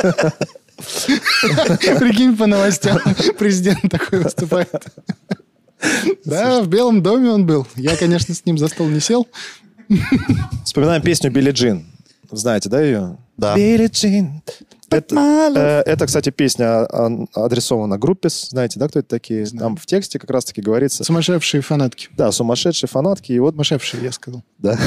Прикинь, по новостям президент такой выступает. Да, в Белом доме он был. Я, конечно, с ним за стол не сел.
Вспоминаем песню «Билли Джин». Знаете, да, ее?
Да.
«Билли Джин». Это, э, это, кстати, песня а, адресована группе, знаете, да, кто это такие? Там в тексте как раз-таки говорится.
Сумасшедшие фанатки.
Да, сумасшедшие фанатки. И вот,
Сумасшедшие, я сказал.
да.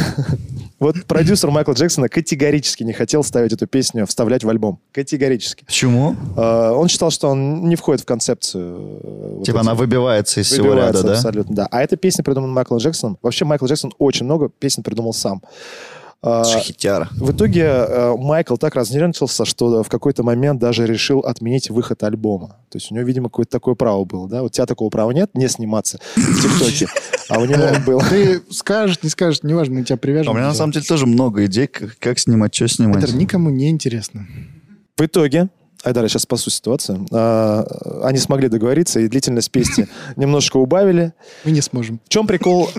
вот продюсер Майкла Джексона категорически не хотел ставить эту песню, вставлять в альбом. Категорически.
Почему?
Э, он считал, что он не входит в концепцию. э, вот
Типа
эти-
она выбивается из всего
Выбивается
ряда, да?
абсолютно, да. А эта песня придумана Майклом Джексоном. Вообще Майкл Джексон очень много песен придумал сам. Э,
Это же хитяра.
В итоге э, Майкл так разнервничался, что в какой-то момент даже решил отменить выход альбома. То есть у него, видимо, какое-то такое право было, да? У тебя такого права нет, не сниматься в ТикТоке. А у него было.
Ты скажешь, не скажешь, неважно, мы тебя
А
привяжем.
у меня на самом деле тоже много идей, как, как снимать, что снимать.
Это никому не интересно.
В итоге, Айдар, я сейчас спасу ситуацию, э, они смогли договориться, и длительность песни немножко убавили.
Мы не сможем.
В чем прикол?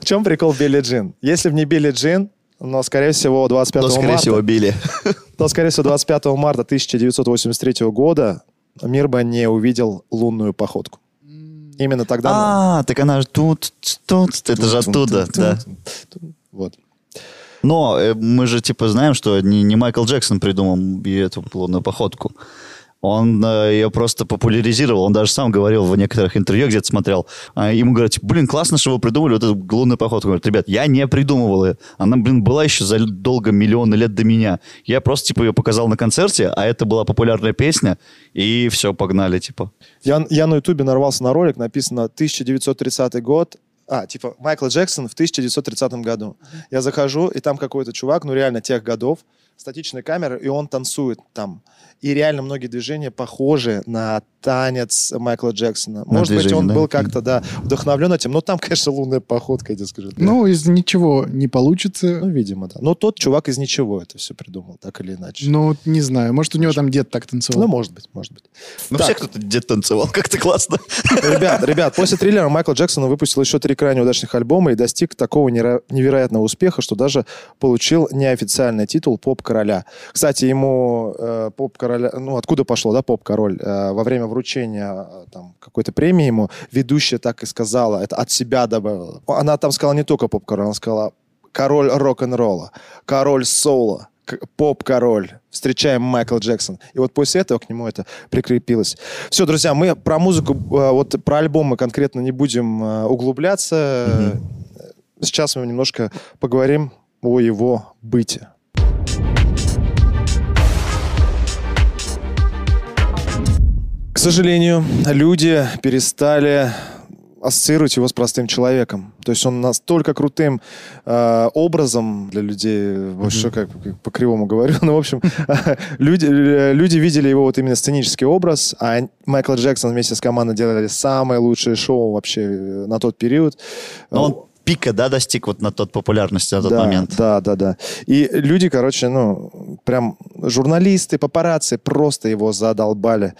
В чем прикол Билли Джин? Если бы не Билли Джин, Но, скорее всего, 25
Но, скорее
марта...
всего, били.
То, скорее всего, 25 марта 1983 года мир бы не увидел лунную походку. Именно тогда...
А, так она же тут, тут, это же оттуда, да.
Вот.
Но э, мы же типа знаем, что не, не Майкл Джексон придумал и эту лунную походку. Он э, ее просто популяризировал. Он даже сам говорил в некоторых интервью, где-то смотрел. а ему говорят, типа, блин, классно, что вы придумали вот эту лунную походку. Он говорит, ребят, я не придумывал ее. Она, блин, была еще задолго миллионы лет до меня. Я просто, типа, ее показал на концерте, а это была популярная песня, и все, погнали, типа.
Я, я на Ютубе нарвался на ролик, написано 1930 год. А, типа, Майкл Джексон в 1930 году. Я захожу, и там какой-то чувак, ну реально тех годов, статичная камера, и он танцует там. И реально многие движения похожи на танец Майкла Джексона. Может быть,
движение,
он
да?
был как-то, да, вдохновлен этим. Но там, конечно, лунная походка, я тебе скажу.
Ну, из ничего не
Ну,
получится.
видимо, да. Но тот чувак из ничего это все придумал, так или иначе. Ну,
Ну, не знаю. Может, у него там дед так танцевал.
может быть, может быть.
Ну,
Так.
все кто-то где танцевал, как-то классно.
Ребят, ребят, после триллера Майкл Джексон выпустил еще три крайне удачных альбома и достиг такого неверо- невероятного успеха, что даже получил неофициальный титул поп-короля. Кстати, ему э, поп-короля... Ну, откуда пошло, да, поп-король? Э, во время вручения э, там, какой-то премии ему ведущая так и сказала, это от себя добавила. Она там сказала не только поп-король, она сказала король рок-н-ролла, король соула, к- поп-король. Встречаем Майкл Джексон. И вот после этого к нему это прикрепилось. Все, друзья, мы про музыку, э, вот про альбомы конкретно не будем э, углубляться. Сейчас мы немножко поговорим о его быте. К сожалению, люди перестали ассоциировать его с простым человеком. То есть он настолько крутым э, образом для людей, вот что как, как по кривому говорю, но в общем люди э, люди видели его вот именно сценический образ, а они- Майкл Джексон вместе с командой делали самое лучшее шоу вообще э, на тот период.
Но он пика, да, достиг вот на тот популярности на тот
Ну. да,
момент.
Да, да, да. И люди, короче, ну, прям журналисты, папарацци просто его задолбали.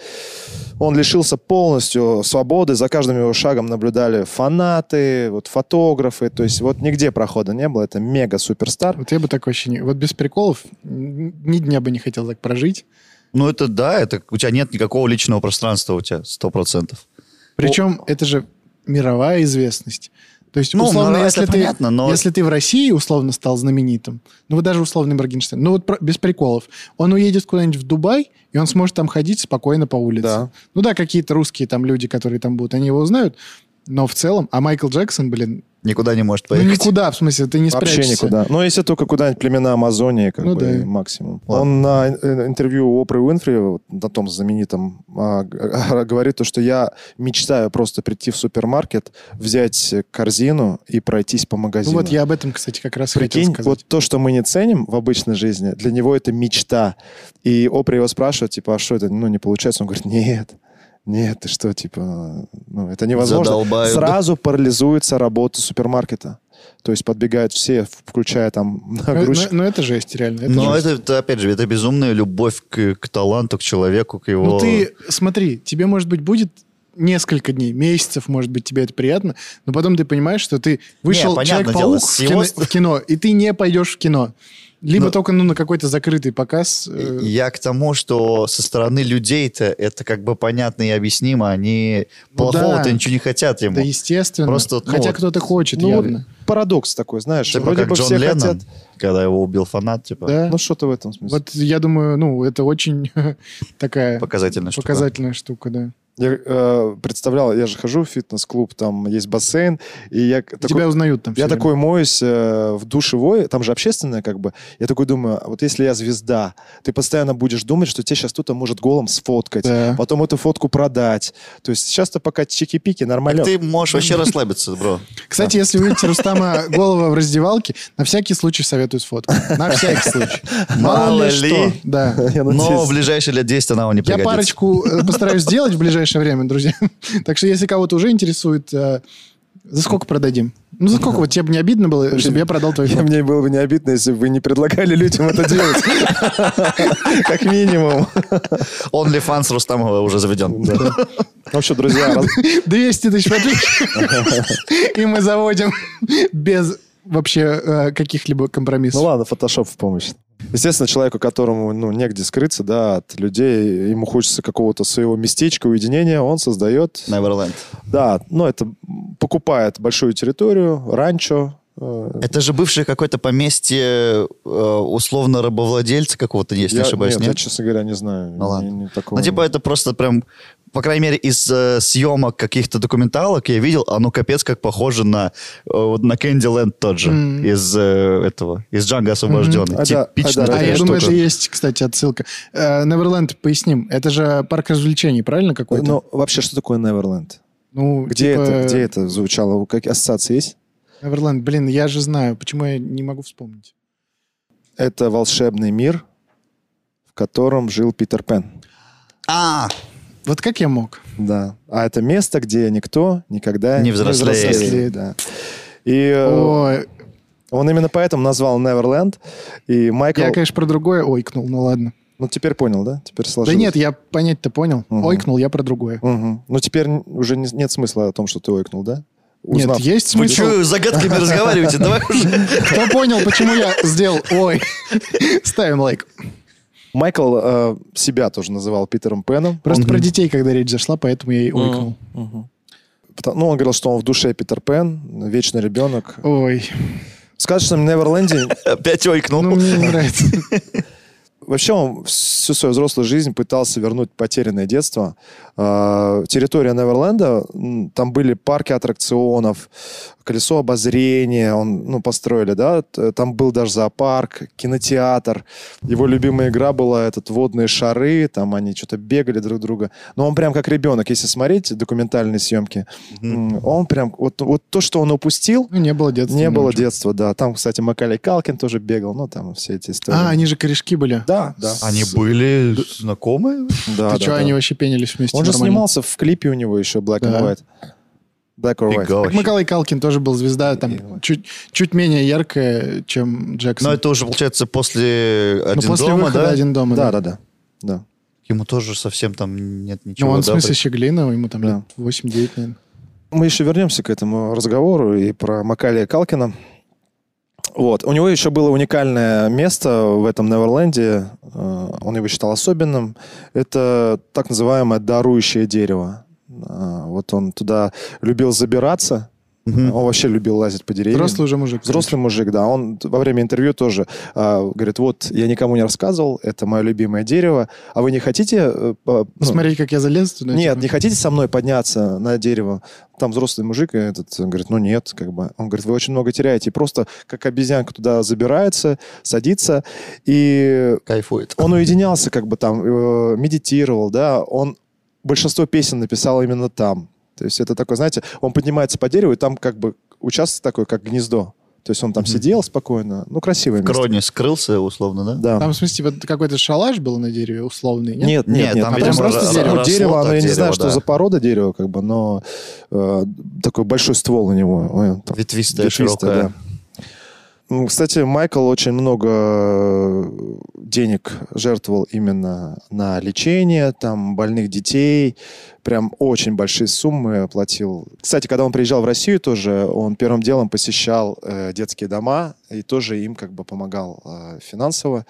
Он лишился полностью свободы, за каждым его шагом наблюдали фанаты, вот фотографы, то есть вот нигде прохода не было, это мега-суперстар.
Вот я бы так вообще не... Вот без приколов м, ни дня бы не хотел так прожить.
Ну, это да, это у тебя нет никакого личного пространства у тебя, сто процентов.
Причем это же мировая известность. То есть,
Ну,
условно,
мировая,
если
это
ты,
понятно, но-
если ты в России, условно, стал знаменитым, ну, вот даже условный Моргенштерн, ну, вот про- без приколов, он уедет куда-нибудь в Дубай, и он сможет там ходить спокойно по улице.
Да.
Ну да, какие-то русские там люди, которые там будут, они его узнают, но в целом, а Майкл Джексон, блин,
Никуда не может
ну
поехать.
никуда, в смысле, ты не
Вообще
спрячешься.
никуда. Но если только куда-нибудь племена Амазонии, как
Ну
бы,
да.
максимум.
Ладно.
Он на э, интервью у Опры Уинфри, вот на том знаменитом, а, г- говорит то, что я мечтаю просто прийти в супермаркет, взять э, корзину и пройтись по
Ну
магазину.
вот я об этом, кстати, как раз хотел
Прикинь,
сказать.
вот то, что мы не ценим в обычной жизни, для него это мечта. И Опра его спрашивает, типа, а что это, ну, не получается? Он говорит, нет, нет, ты что, типа, ну, это невозможно.
Задолбают.
Сразу парализуется работа супермаркета. То есть подбегают все, включая там
Ну, ну,
грузчик.
ну, это жесть, реально. это
Но
жесть.
это, это, опять же, это безумная любовь к, к таланту, к человеку, к его...
Ну ты смотри, тебе, может быть, будет несколько дней, месяцев, может быть, тебе это приятно, но потом ты понимаешь, что ты вышел
понятное дело,
Человек-паук
с
в,
его
кино, в кино, и ты не пойдешь в кино. Либо
Ну,
только ну, на какой-то закрытый показ. э,
Я к тому, что со стороны людей-то это как бы понятно и объяснимо. Они
Ну
плохого-то
да.
ничего не хотят ему.
Да, естественно.
Просто, ну,
Хотя
вот-
кто-то хочет
Ну, вот
явно.
парадокс такой, знаешь.
Типа
вроде
как
бы
Джон
все
Леннон,
хотят.
когда его убил фанат, типа.
да.
Ну, что-то в этом смысле.
вот я думаю, ну, это очень такая
Показательная штука.
показательная штука, да.
Я э, представлял, я же хожу в фитнес-клуб, там есть бассейн, и я к- такой-
Тебя узнают там.
Я
всё
такой моюсь э, в душевой, там же общественное как бы. Я такой думаю, а вот если я звезда, ты постоянно будешь думать, что тебя сейчас кто-то а, может голым сфоткать,
время. Да.
потом эту фотку продать. То есть сейчас-то пока чики-пики,
Так
нормально.
ты можешь вообще расслабиться, бро.
Кстати, если увидите Рустама Голова в раздевалке, на всякий случай советую сфоткать. На всякий случай.
Мало
что.
ли.
Да.
Я
Но
надеюсь.
в ближайшие лет 10 она вам не
ну, Я
пригодится.
парочку э, постараюсь сделать в ближайшее время, друзья. Так что, если кого-то уже интересует, э, за сколько продадим? Ну, за сколько? Вот тебе бы не обидно было, чтобы я продал твой
Я-
фонд?
мне было бы не обидно, если бы вы не предлагали людям это делать. Как минимум.
OnlyFans Рустамова уже заведен.
Вообще, Ну друзья, раз-
200 тысяч подписчиков. И мы заводим без вообще э, каких-либо компромиссов.
Ну ладно, фотошоп в помощь. Естественно, человеку, которому ну, негде скрыться да, от людей, ему хочется какого-то своего местечка, уединения, он создает...
Неверленд.
Да, ну это покупает большую территорию, ранчо. э,
Это же бывшее какое-то поместье э, условно рабовладельца какого-то, если
я-
не ошибаюсь,
нет,
нет?
я, честно говоря, не знаю.
Ну ладно.
Не- не такого.
Ну, типа, это просто прям, по крайней мере, из э, съемок каких-то документалок я видел, оно капец как похоже на, э, вот на Кэндиленд тот же,
Мгм.
из э, этого, из Джанго освобожденный.
Мгм. А да,
Типичная
а да,
А
такая
я думаю,
штука.
это и есть, кстати, отсылка. Неверленд, поясним, это же парк развлечений, правильно какой-то?
Ну, вообще, что такое Неверленд?
ну,
Где, это, где это звучало? У Какие ассоциации есть?
Неверленд, блин, я же знаю, почему я не могу вспомнить.
Это волшебный мир, в котором жил Питер Пен.
А,
Вот как я мог?
Да. А это место, где никто никогда
Не взрослеет.
да. И э,
Ой,
он именно поэтому назвал Неверленд. И Майкл...
я, конечно, про другое ойкнул, ну ладно.
Ну, теперь понял, да? Теперь
Да
сложилось.
нет, я понять-то понял.
Мгм.
Ойкнул, я про другое.
Мгм. Ну, теперь н- уже не- нет смысла о том, что ты ойкнул, да? Узнав-
Нет, есть
вы
смысл.
что, загадками разговариваете? Давай уже.
Кто понял, почему я сделал ой? Ставим лайк.
Майкл э, себя тоже называл Питером Пеном.
Просто
Мгм.
про детей, когда речь зашла, поэтому я и ойкнул.
Пото- Ну, он говорил, что он в душе Питер Пен, вечный ребенок.
Ой,
В сказочном Неверленде
Опять
ну
ойкнул.
мне не нравится.
Вообще он всю свою взрослую жизнь пытался вернуть потерянное детство. Э, Территория Неверленда, м, там были парки аттракционов, колесо обозрения, он, ну, построили, да, Т- там был даже зоопарк, кинотеатр. Его любимая игра была этот водные шары, там они что-то бегали друг друга. Но он прям как ребенок, если смотреть документальные съемки, м, он прям, вот, вот то, что он упустил,
Ну, не было детства.
не было
детства.
детства, да. Там, кстати, Макалей Калкин тоже бегал, ну, там все эти истории.
А, они же корешки были.
Да, да.
Они были знакомы?
Да,
Ты
да,
что,
да.
они вообще пенились вместе?
Он же
нормально.
снимался в клипе у него еще Black
Да.
and White. Black or White.
Фига
Так
вообще.
Николай Калкин тоже был звезда, там
Фигово.
чуть, чуть менее яркая, чем Джексон.
Но Ну, это уже, получается, после
Но
«Один
Ну, после
дома»,
выхода
да?
один дома,
Да,
да.
да, да. Да.
Ему тоже совсем там нет
Ну,
ничего.
он в
да,
смысле Щеглина, ему там
Да.
лет 8-9, наверное.
Мы еще вернемся к этому разговору и про Макалия Калкина. Вот. У него еще было уникальное место в этом Неверленде. Э, Он его считал особенным. Это так называемое дарующее дерево. Э, Вот он туда любил забираться.
Мгм.
Он вообще любил лазить по деревьям.
Взрослый уже мужик.
Взрослый мужик, да. Он во время интервью тоже а, говорит, вот, я никому не рассказывал, это мое любимое дерево, а вы не хотите... э, по- ну,
Посмотри, как я залез туда.
нет,
типа.
не хотите со мной подняться на дерево? Там взрослый мужик и этот э, говорит, ну нет, как бы. Он говорит, вы очень много теряете. И просто как обезьянка туда забирается, садится, и
Кайфует.
он уединялся, как бы там, э, медитировал, да, он большинство песен написал именно там. То есть это такое, знаете, он поднимается по дереву, и там как бы участок такой, как гнездо. То есть он там
Мгм.
сидел спокойно, ну, красивое место.
Кроне скрылся, условно, да?
Да.
Там, в смысле, типа, какой-то шалаш был на дереве условный, нет?
Нет, нет,
Нет,
нет,
там,
там,
видимо,
просто
ра-
дерево,
росло
дерево,
так
оно, я не
дерево,
знаю,
да.
что за порода дерева, как бы, но э, такой большой ствол у него. Ой, там
Ветвистая,
Дефиста,
широкая.
да. Ну, Кстати, Майкл очень много э, денег жертвовал именно на лечение, там, больных детей. Прям очень большие суммы платил. Кстати, когда он приезжал в Россию тоже, он первым делом посещал э, детские дома и тоже им как бы помогал э, финансово.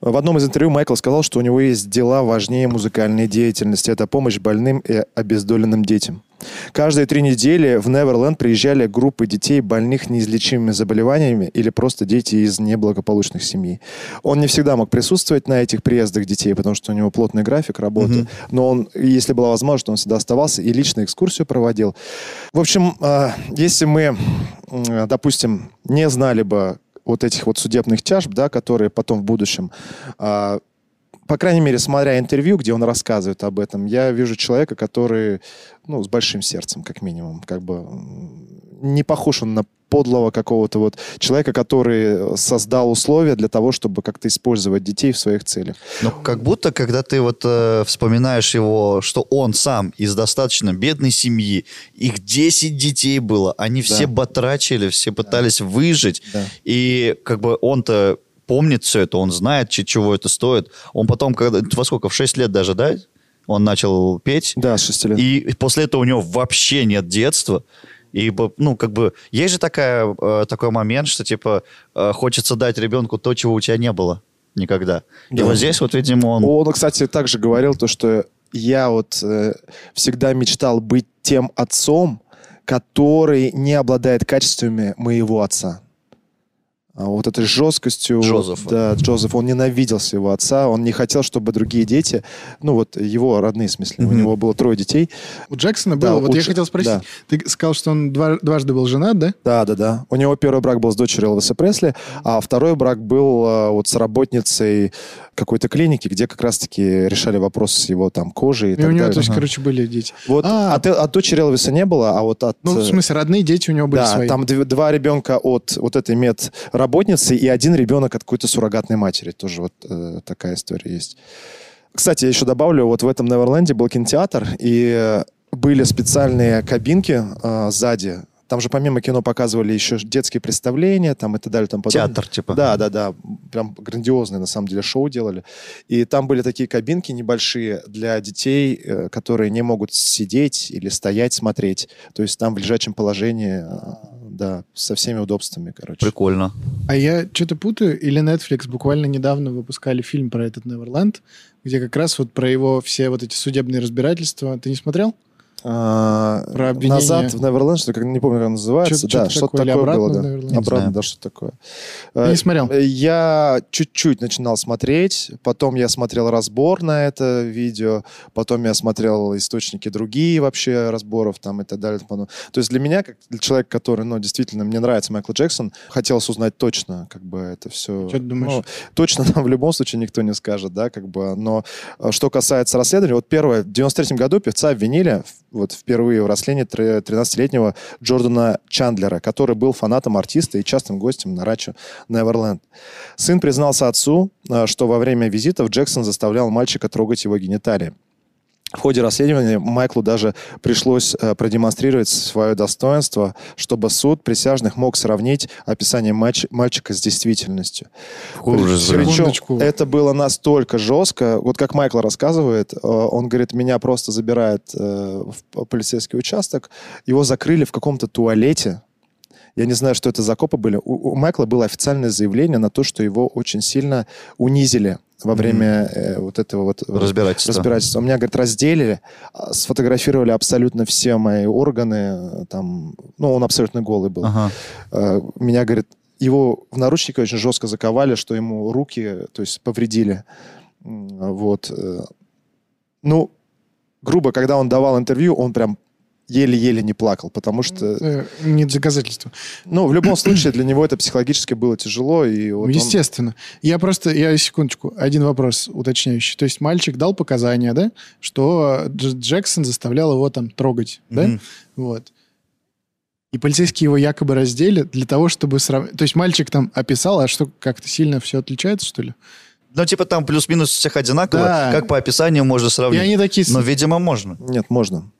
В одном из интервью Майкл сказал, что у него есть дела важнее музыкальной деятельности. Это помощь больным и обездоленным детям. Каждые три недели в Неверленд приезжали группы детей, больных неизлечимыми заболеваниями или просто дети из неблагополучных семей. Он не всегда мог присутствовать на этих приездах детей, потому что у него плотный график работы.
Мгм.
Но он, если была возможность, он всегда оставался и лично экскурсию проводил. В общем, э, если мы, м, допустим, не знали бы вот этих вот судебных тяжб, да, которые потом в будущем а, по крайней мере, смотря интервью, где он рассказывает об этом, я вижу человека, который, ну, с большим сердцем, как минимум, как бы м, не похож он на подлого какого-то вот человека, который э, создал условия для того, чтобы как-то использовать детей в своих целях.
Но Ну, как будто, когда ты вот э, вспоминаешь его, что он сам из достаточно бедной семьи, их 10 детей было, они все батрачили, все пытались выжить,
Да.
и как бы он-то помнит все это, он знает, че- чего это стоит. Он потом, когда, во сколько, в 6 лет даже, да, он начал петь,
Да, с шести лет.
и после этого у него вообще нет детства. И, б- ну, как бы, есть же такая, э, такой момент, что, типа, э, хочется дать ребенку то, чего у тебя не было никогда. И
Да.
вот здесь, вот, видимо, он...
Он, кстати, также говорил то, что я вот э, всегда мечтал быть тем отцом, который не обладает качествами моего отца. А вот этой жесткостью.
Джозефа.
Да, Джозеф. Он ненавидел своего отца. Он не хотел, чтобы другие дети, ну вот его родные, в смысле, у
Мгм.
него было трое детей.
У Джексона
Да,
было, вот
у
я
Дж-
хотел спросить,
да.
ты сказал, что он два- дважды был женат, да?
Да, да, да. У него первый брак был с дочерью Элвиса Пресли, а второй брак был э, вот с работницей какой-то клиники, где как раз-таки решали вопрос с его там кожей и,
И
так
у него,
далее.
то есть,
Ага.
короче, были дети.
Вот
А.
от, от дочери Элвиса не было, а вот от...
Ну,
э,
в смысле, родные дети у него были
да,
свои.
там дв- два ребенка от вот этой медработницы и один ребенок от какой-то суррогатной матери. Тоже вот э, такая история есть. Кстати, я еще добавлю, вот в этом Неверленде был кинотеатр, и э, были специальные кабинки э, сзади. Там же помимо кино показывали еще детские представления, там и так далее, там подобное.
Театр, типа.
Да, да, да. Прям грандиозные, на самом деле, шоу делали. И там были такие кабинки небольшие для детей, э, которые не могут сидеть или стоять, смотреть. То есть там в лежачем положении, э, да, со всеми удобствами, короче.
Прикольно.
А я что-то путаю? Или Netflix буквально недавно выпускали фильм про этот Неверленд, где как раз вот про его все вот эти судебные разбирательства. Ты не смотрел?
А,
Про обвинение.
Назад в Неверленд, что как не помню, как он называется.
Чё-
да,
чё-то
что-то
такое, или
такое было,
«Обратно
да.
в Неверленд».
Обратно,
Не
да, что такое.
Ты
Э,
не смотрел?
Я чуть-чуть начинал смотреть, потом я смотрел разбор на это видео, потом я смотрел источники другие вообще разборов там и так далее. и тому подобное. То есть для меня, как для человека, который, ну, действительно, мне нравится Майкл Джексон, хотелось узнать точно, как бы это все.
Чё ты думаешь?
точно нам в любом случае никто не скажет, да, как бы. Но э, что касается расследования, вот первое, в 93 году певца обвинили в- вот впервые в расследовании тре- 13-летнего Джордана Чандлера, который был фанатом артиста и частым гостем на рачо Неверленд. Сын признался отцу, э, что во время визитов Джексон заставлял мальчика трогать его гениталии. В ходе расследования Майклу даже пришлось э, продемонстрировать свое достоинство, чтобы суд присяжных мог сравнить описание матч- мальчика с действительностью.
Какой ужас,
Причём
блин.
Секундочку.
это было настолько жестко. Вот как Майкл рассказывает, э, он говорит, меня просто забирают э, в п- полицейский участок. Его закрыли в каком-то туалете. Я не знаю, что это за копы были. У, у Майкла было официальное заявление на то, что его очень сильно унизили во
Мгм.
время э, вот этого вот
Разбирательство.
разбирательства. Меня, говорит, разделили, а, сфотографировали абсолютно все мои органы. э, Там, ну, он абсолютно голый был.
Ага.
Э, меня, говорит, его в наручники очень жестко заковали, что ему руки, то есть, повредили. М, Вот. э. Ну, грубо, когда он давал интервью, он прям еле-еле не плакал, потому что,
Э, Нет доказательства.
ну, в любом случае для него это психологически было тяжело, и вот он-
Естественно. Я просто, я секундочку, один вопрос уточняющий. То есть мальчик дал показания, да, что Дж- Джексон заставлял его там трогать, да?
Мгм.
Вот. И полицейские его якобы раздели для того, чтобы сравнить. То есть мальчик там описал, а что, как-то сильно все отличается, что ли?
Ну, типа, там плюс-минус у всех одинаково.
Да.
Как по описанию можно
И
сравнить.
они такие с
Но, видимо, можно.
Нет, можно.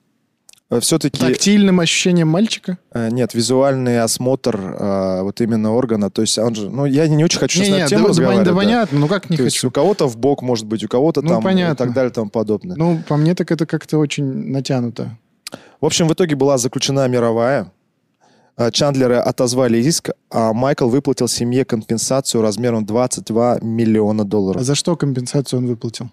Э, Все-таки...
тактильным ощущением мальчика.
Э, Нет, визуальный осмотр э, вот именно органа, то есть он же, ну я не очень хочу сейчас на
Не-не,
эту тему
да, да,
разговаривать.
да
да.
понятно, ну как не
То есть
хочу.
у кого-то в бок может быть, у кого-то
Ну,
там и
понятно.
так далее и тому подобное.
Ну, по мне так это как-то очень натянуто.
В общем, в итоге была заключена мировая. Э, Чандлера отозвали иск, а Майкл выплатил семье компенсацию размером 22 миллиона
А
долларов.
за что компенсацию он выплатил?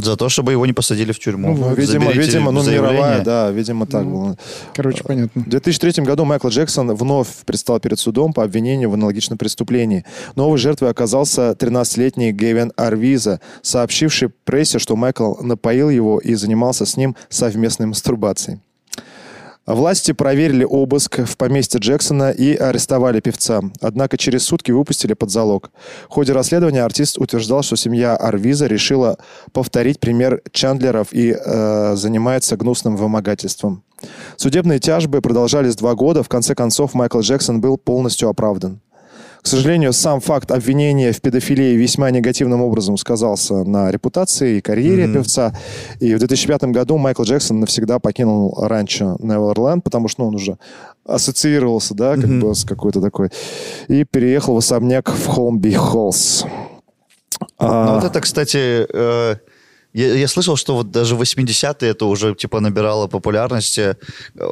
За то, чтобы его не посадили в тюрьму.
Ну, вот,
видимо,
Заберите
видимо, ну,
заявление.
мировая, да, видимо, так
Ну.
было. А.
Короче, понятно.
В 2003 году Майкл Джексон вновь предстал перед судом по обвинению в аналогичном преступлении. Новой жертвой оказался 13-летний Гевин Арвиза, сообщивший прессе, что Майкл напоил его и занимался с ним совместной мастурбацией. Власти проверили обыск в поместье Джексона и арестовали певца. Однако через сутки выпустили под залог. В ходе расследования артист утверждал, что семья Арвиза решила повторить пример Чандлеров и э, занимается гнусным вымогательством. Судебные тяжбы продолжались два года. В конце концов, Майкл Джексон был полностью оправдан. К сожалению, сам факт обвинения в педофилии весьма негативным образом сказался на репутации и карьере
Мгм.
певца. И в 2005 году Майкл Джексон навсегда покинул ранчо Неверленд, потому что ну, он уже ассоциировался, да, как
Мгм.
бы с какой-то такой, и переехал в особняк в Холмби Холлс. А,
Ну, вот это, кстати, э, Я, я слышал, что вот даже 80-е это уже типа набирало популярности э,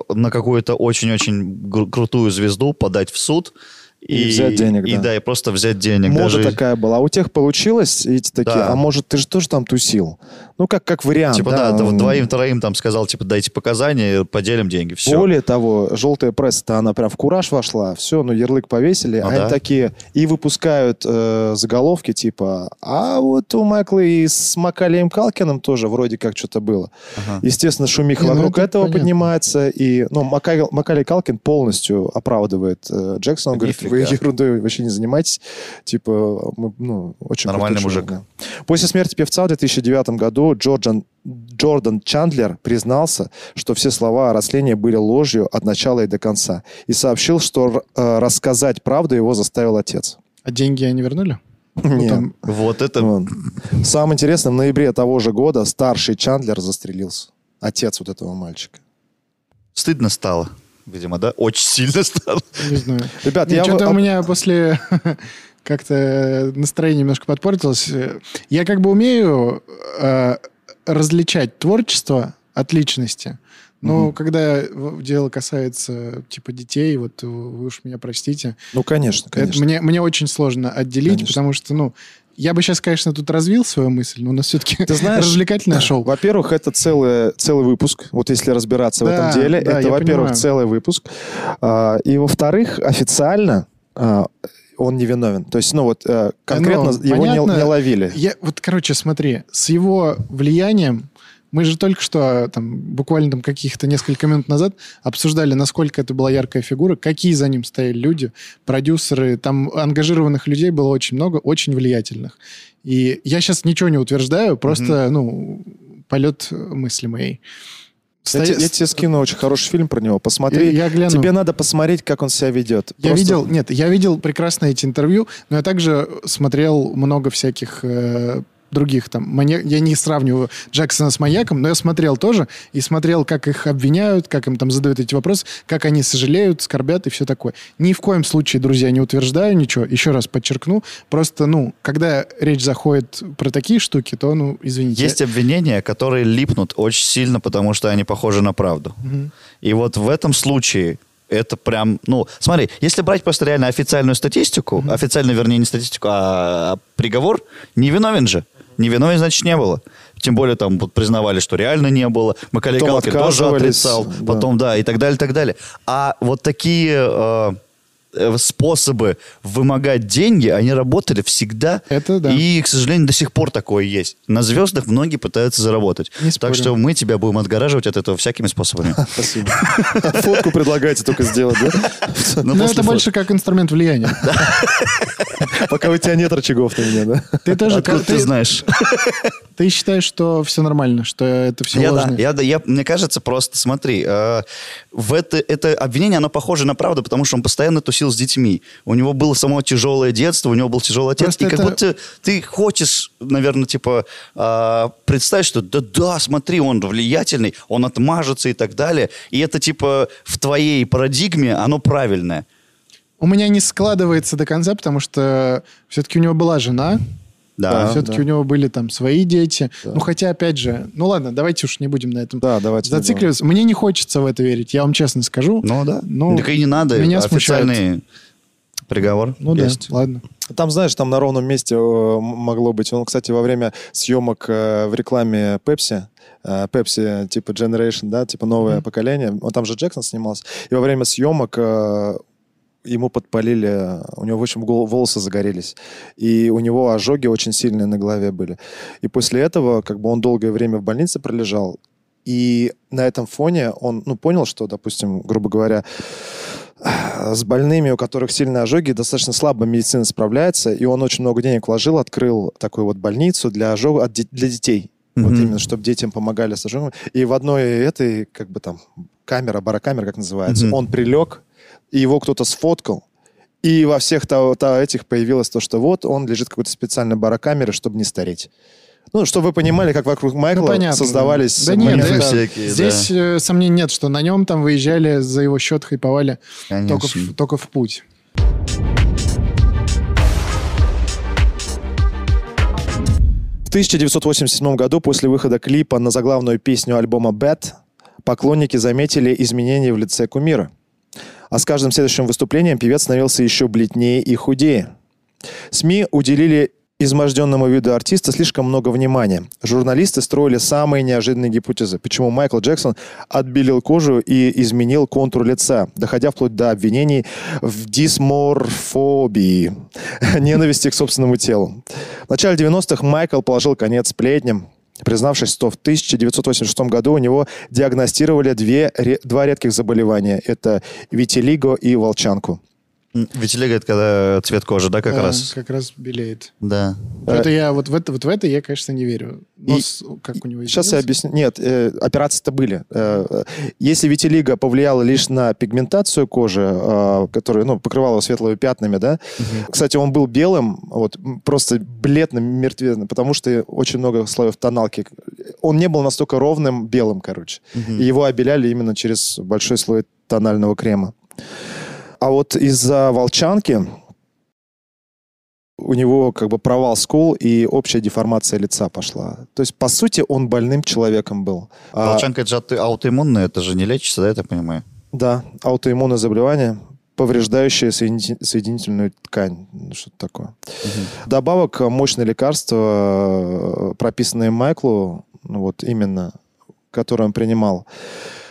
на какую-то очень-очень гру- крутую звезду подать в суд.
И взять денег,
и,
да.
да. и просто взять денег.
Мода
даже-
такая была. А у тех получилось, и эти такие,
Да.
а может, ты же тоже там тусил? Ну, как, как вариант.
Типа, да, да, вот двоим-троим там сказал, типа, дайте показания, поделим деньги, все.
Более того, желтая пресса-то, она прям в кураж вошла. Все, ну, ярлык повесили.
Ну
а они
да.
такие и выпускают э, заголовки, типа, а вот у Майкла и с Макалием Калкиным тоже вроде как что-то было. Естественно, шумиха
Не, ну
вокруг
это
этого
понятно.
поднимается. И, ну, Макалий, Макалей Калкин полностью оправдывает э, Джексона. Он говорит, вы
Нифига.
ерундой вообще не занимайтесь. Типа, мы, ну, очень
Нормальный
крутой
мужик.
чувак, да. После смерти певца в 2009 году Джордан, Джордан Чандлер признался, что все слова о рослении были ложью от начала и до конца. И сообщил, что э, рассказать правду его заставил отец.
А деньги они вернули? Ну,
Нет.
там-
Вот это...
Вон. Самое интересное, в ноябре того же года старший Чандлер застрелился. Отец вот этого мальчика.
Стыдно стало, видимо, да? Очень сильно стало.
Не знаю.
Ребят, я...
Что-то
в-
у меня после как-то настроение немножко подпортилось. Я как бы умею э, различать творчество от личности. Но когда в- дело касается типа детей, вот вы уж меня простите,
Ну, конечно,
это
конечно.
мне, мне очень сложно отделить,
Конечно.
потому что, ну, я бы сейчас, конечно, тут развил свою мысль, но у нас все-таки
Ты знаешь,
развлекательное шоу.
Во-первых, это целый, целый выпуск. Вот если разбираться в
Да,
этом деле,
да,
это,
я
во-первых,
понимаю.
целый выпуск. А, и во-вторых, официально а, он невиновен. То есть, ну вот э, конкретно
ну,
его не-
понятно.
не, ловили.
Я, вот, короче, смотри, с его влиянием мы же только что, там, буквально там каких-то несколько минут назад обсуждали, насколько это была яркая фигура, какие за ним стояли люди, продюсеры, там ангажированных людей было очень много, очень влиятельных. И я сейчас ничего не утверждаю, просто, ну, полет мысли моей.
Я,
Стоя-
те- я тебе скину очень хороший фильм про него. Посмотри.
Я- я гляну.
Тебе надо посмотреть, как он себя ведет.
Я
Просто-
видел, нет, я видел прекрасно эти интервью, но я также смотрел много всяких э, других там. манья- Я не сравниваю Джексона с маньяком, но я смотрел тоже и смотрел, как их обвиняют, как им там задают эти вопросы, как они сожалеют, скорбят и все такое. Ни в коем случае, друзья, не утверждаю ничего. Еще раз подчеркну, просто, ну, когда речь заходит про такие штуки, то, ну, извините.
Есть обвинения, которые липнут очень сильно, потому что они похожи на правду. И вот в этом случае это прям, ну, смотри, если брать просто реально официальную статистику, официальную, вернее, не статистику, а приговор, невиновен же. Невиновен, значит, не было. Тем более там вот признавали, что реально не было. Макалей
Потом
Калкин тоже
отказывались,
отрицал.
да.
Потом, да, и так далее, и так далее. А вот такие э, э, способы вымогать деньги, они работали всегда.
Это да.
И, к сожалению, до сих пор такое есть. На звездах многие пытаются заработать.
Не
так
спорю.
что мы тебя будем отгораживать от этого всякими способами.
Спасибо. Фотку предлагаете только сделать, да?
Ну, это больше как инструмент влияния.
Пока у тебя нет рычагов на меня, да?
Ты тоже,
Откуда
ты,
ты знаешь?
ты считаешь, что все нормально, что это все
Я, да,
ложное?
я, да, я- мне кажется, просто смотри, э, в это, это обвинение, оно похоже на правду, потому что он постоянно тусил с детьми. У него было само тяжелое детство, у него был тяжелый отец.
Просто
и как
это-
будто ты хочешь, наверное, типа э, представить, что да-да, смотри, он влиятельный, он отмажется и так далее. И это типа в твоей парадигме оно правильное.
У меня не складывается до конца, потому что все-таки у него была жена,
Да.
все-таки
да.
у него были там свои дети. Ну, хотя, опять же, ну ладно, давайте уж не будем на этом
Да, давайте не будем.
зацикливаться. Мне не хочется в это верить, я вам честно скажу.
Ну да.
Ну,
так и не надо.
меня смущает.
Официальный приговор
Ну
есть.
да, ладно.
Там, знаешь, там на ровном месте э, м- могло быть. Он, кстати, во время съемок э, в рекламе Pepsi, э, Pepsi типа Generation, да, типа новое поколение, он там же Джексон снимался, и во время съемок э, ему подпалили, э, у него, в общем, гол- волосы загорелись, и у него ожоги очень сильные на голове были. И после этого, как бы он долгое время в больнице пролежал, и на этом фоне он, ну, понял, что, допустим, грубо говоря, с больными, у которых сильные ожоги, достаточно слабо медицина справляется, и он очень много денег вложил, открыл такую вот больницу для ожогов от де- для детей. Вот
Мгм.
именно, чтобы детям помогали с ожогами. И в одной этой, как бы там, камера, барокамера, как называется,
Мгм.
он прилег, и его кто-то сфоткал, и во всех то, то- этих появилось то, что вот он лежит в какой-то специальной барокамере, чтобы не стареть. Ну, чтобы вы понимали, как вокруг Майкла
Ну, понятно, да.
создавались...
Да нет,
манифесты.
это-
всякие, да.
Здесь э, сомнений нет, что на нем там выезжали за его счет, хайповали только
Конечно.
в, только в путь.
В 1987 году, после выхода клипа на заглавную песню альбома «Bad», поклонники заметили изменения в лице кумира. А с каждым следующим выступлением певец становился еще бледнее и худее. СМИ уделили изможденному виду артиста слишком много внимания. Журналисты строили самые неожиданные гипотезы, почему Майкл Джексон отбелил кожу и изменил контур лица, доходя вплоть до обвинений в дисморфобии, ненависти к собственному телу. В начале 90-х Майкл положил конец сплетням, признавшись, что в 1986 году у него диагностировали две, ре- два редких заболевания. Это витилиго и волчанку.
Витилиго это когда цвет кожи, да, как
А,
Да,
раз? Э,
Как раз белеет.
Да.
Это я вот в это, вот в это я, конечно, не верю. Нос, как у него
Сейчас я
изменился.
объясню. Нет, э, операции-то были. Э, э, если витилиго повлияла лишь на пигментацию кожи, э, которая ну, покрывала его светлыми пятнами, да. Кстати, он был белым, вот м, просто бледным, мертвенным, потому что очень много слоев тоналки. Он не был настолько ровным белым, короче. И его обеляли именно через большой слой тонального крема. А вот из-за волчанки у него как бы провал скул и общая деформация лица пошла. То есть, по сути, он больным человеком был. А,
Волчанка это же ауто- аутоиммунная, это же не лечится, да, я так понимаю?
да, аутоиммунное заболевание, повреждающее соединити- соединительную ткань. Ну, Что-то такое. Добавок э, мощное лекарство, э, прописанное Майклу, ну, вот именно, которое он принимал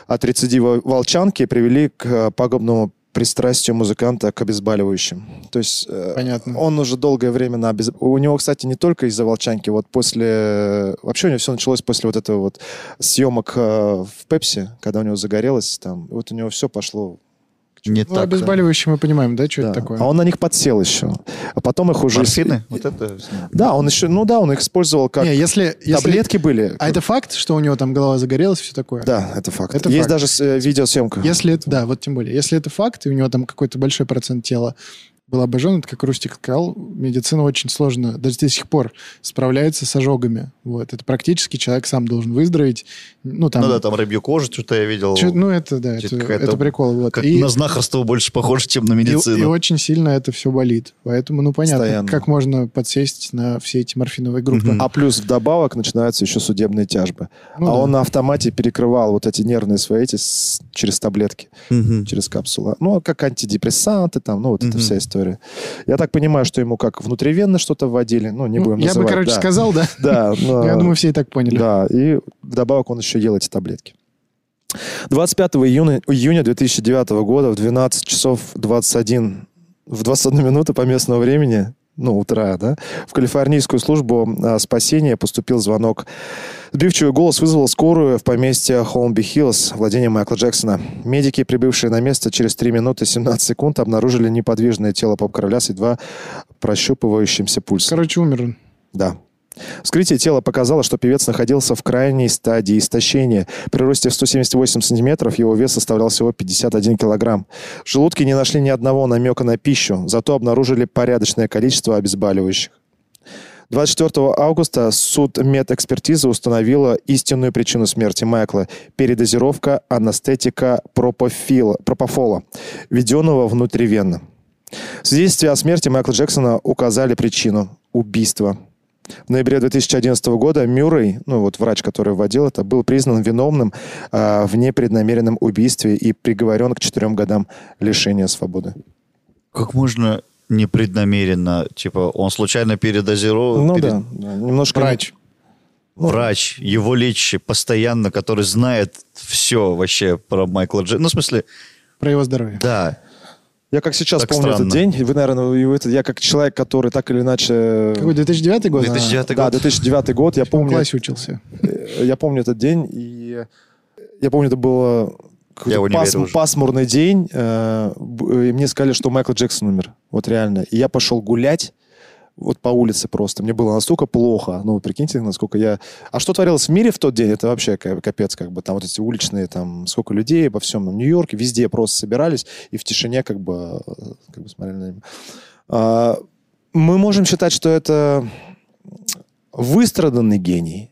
от рецидива волчанки, привели к э, пагубному пристрастию музыканта к обезболивающим. То есть э,
Понятно.
он уже долгое время на обез... У него, кстати, не только из-за волчанки. Вот после... Вообще у него все началось после вот этого вот съемок э, в Пепси, когда у него загорелось там. Вот у него все пошло
Не
Ну,
так. э,
обезболивающие мы понимаем, да, что
да.
это такое?
А он на них подсел еще. А потом их уже...
Морфины? Вот это...
Да, он еще... Ну да, он их использовал как...
Не, если, если-
Таблетки были.
А это факт, что у него там голова загорелась и все такое?
Да, это факт.
Это
Есть
факт.
даже с- э, видеосъемка.
Если это, да, вот тем более. Если это факт, и у него там какой-то большой процент тела был обожжен, это как Рустик сказал, медицина очень сложно, даже до сих пор справляется с ожогами. Вот. Это практически человек сам должен выздороветь. Ну, там...
Ну да, там рыбью кожу, что-то я видел.
чё- ну, это, да,
Чё-то
это,
какая-то-
это прикол. Вот.
Как
И-
на знахарство больше похоже, чем на
И, и
медицину.
очень сильно это все болит. Поэтому, ну, понятно,
Постоянно.
как можно подсесть на все эти морфиновые группы.
Мгм.
А плюс вдобавок начинаются еще судебные тяжбы.
Ну
а
да.
он на автомате перекрывал вот эти нервные свои эти с- через таблетки,
Мгм.
через капсулы. Ну, как антидепрессанты там, ну, вот эта
Мгм.
вся история. Я так понимаю, что ему как внутривенно что-то вводили, ну, не
Ну,
будем
я бы,
называть,
короче,
да.
сказал, да.
Да,
Э,
но-
Я думаю, все и так поняли.
Да, и вдобавок он еще ел эти таблетки. 25 июня, июня 2009 года в 12 часов 21, в 21 минуту по местному времени, ну, утра, да, в калифорнийскую службу а, спасения поступил звонок. Сбивчивый голос вызвал скорую в поместье Холмби Хиллс, владение Майкла Джексона. Медики, прибывшие на место через 3 минуты 17 секунд, обнаружили неподвижное тело поп-короля с едва прощупывающимся пульсом.
Короче, умер он.
Да. Вскрытие тела показало, что певец находился в крайней стадии истощения. При росте в 178 сантиметров его вес составлял всего 51 килограмм. В желудке не нашли ни одного намека на пищу, зато обнаружили порядочное количество обезболивающих. 24 августа суд медэкспертизы установила истинную причину смерти Майкла – передозировка анестетика пропофила- пропофола, введенного внутривенно. В свидетельстве о смерти Майкла Джексона указали причину – убийство. В ноябре 2011 года Мюррей, ну вот врач, который вводил это, был признан виновным а, в непреднамеренном убийстве и приговорен к четырем годам лишения свободы.
Как можно непреднамеренно, типа, он случайно передозировал...
Ну
перед-
да, да, немножко...
Врач.
Ну,
Врач, его лечащий постоянно, который знает все вообще про Майкла Джексона. Ну, в смысле,
Про его здоровье.
да.
Я как сейчас
Так
помню
странно.
этот день, вы, наверное, и вы это- я как человек, который так или иначе...
Какой 2009 год?
2009
Да,
год.
2009 год, я
А, В
помню,
классе учился.
э, я помню этот день, и я помню, это было какой-то
Я в универе
пасм-
уже.
пасмурный день, э, б- и мне сказали, что Майкл Джексон умер, вот реально. И я пошел гулять, вот по улице просто. Мне было настолько плохо. Ну, вы прикиньте, насколько я... А что творилось в мире в тот день, это вообще ка- капец, как бы. Там вот эти уличные, там, сколько людей во всем там, Нью-Йорке, везде просто собирались и в тишине как бы, э, как бы смотрели на него. А, мы можем считать, что это выстраданный гений,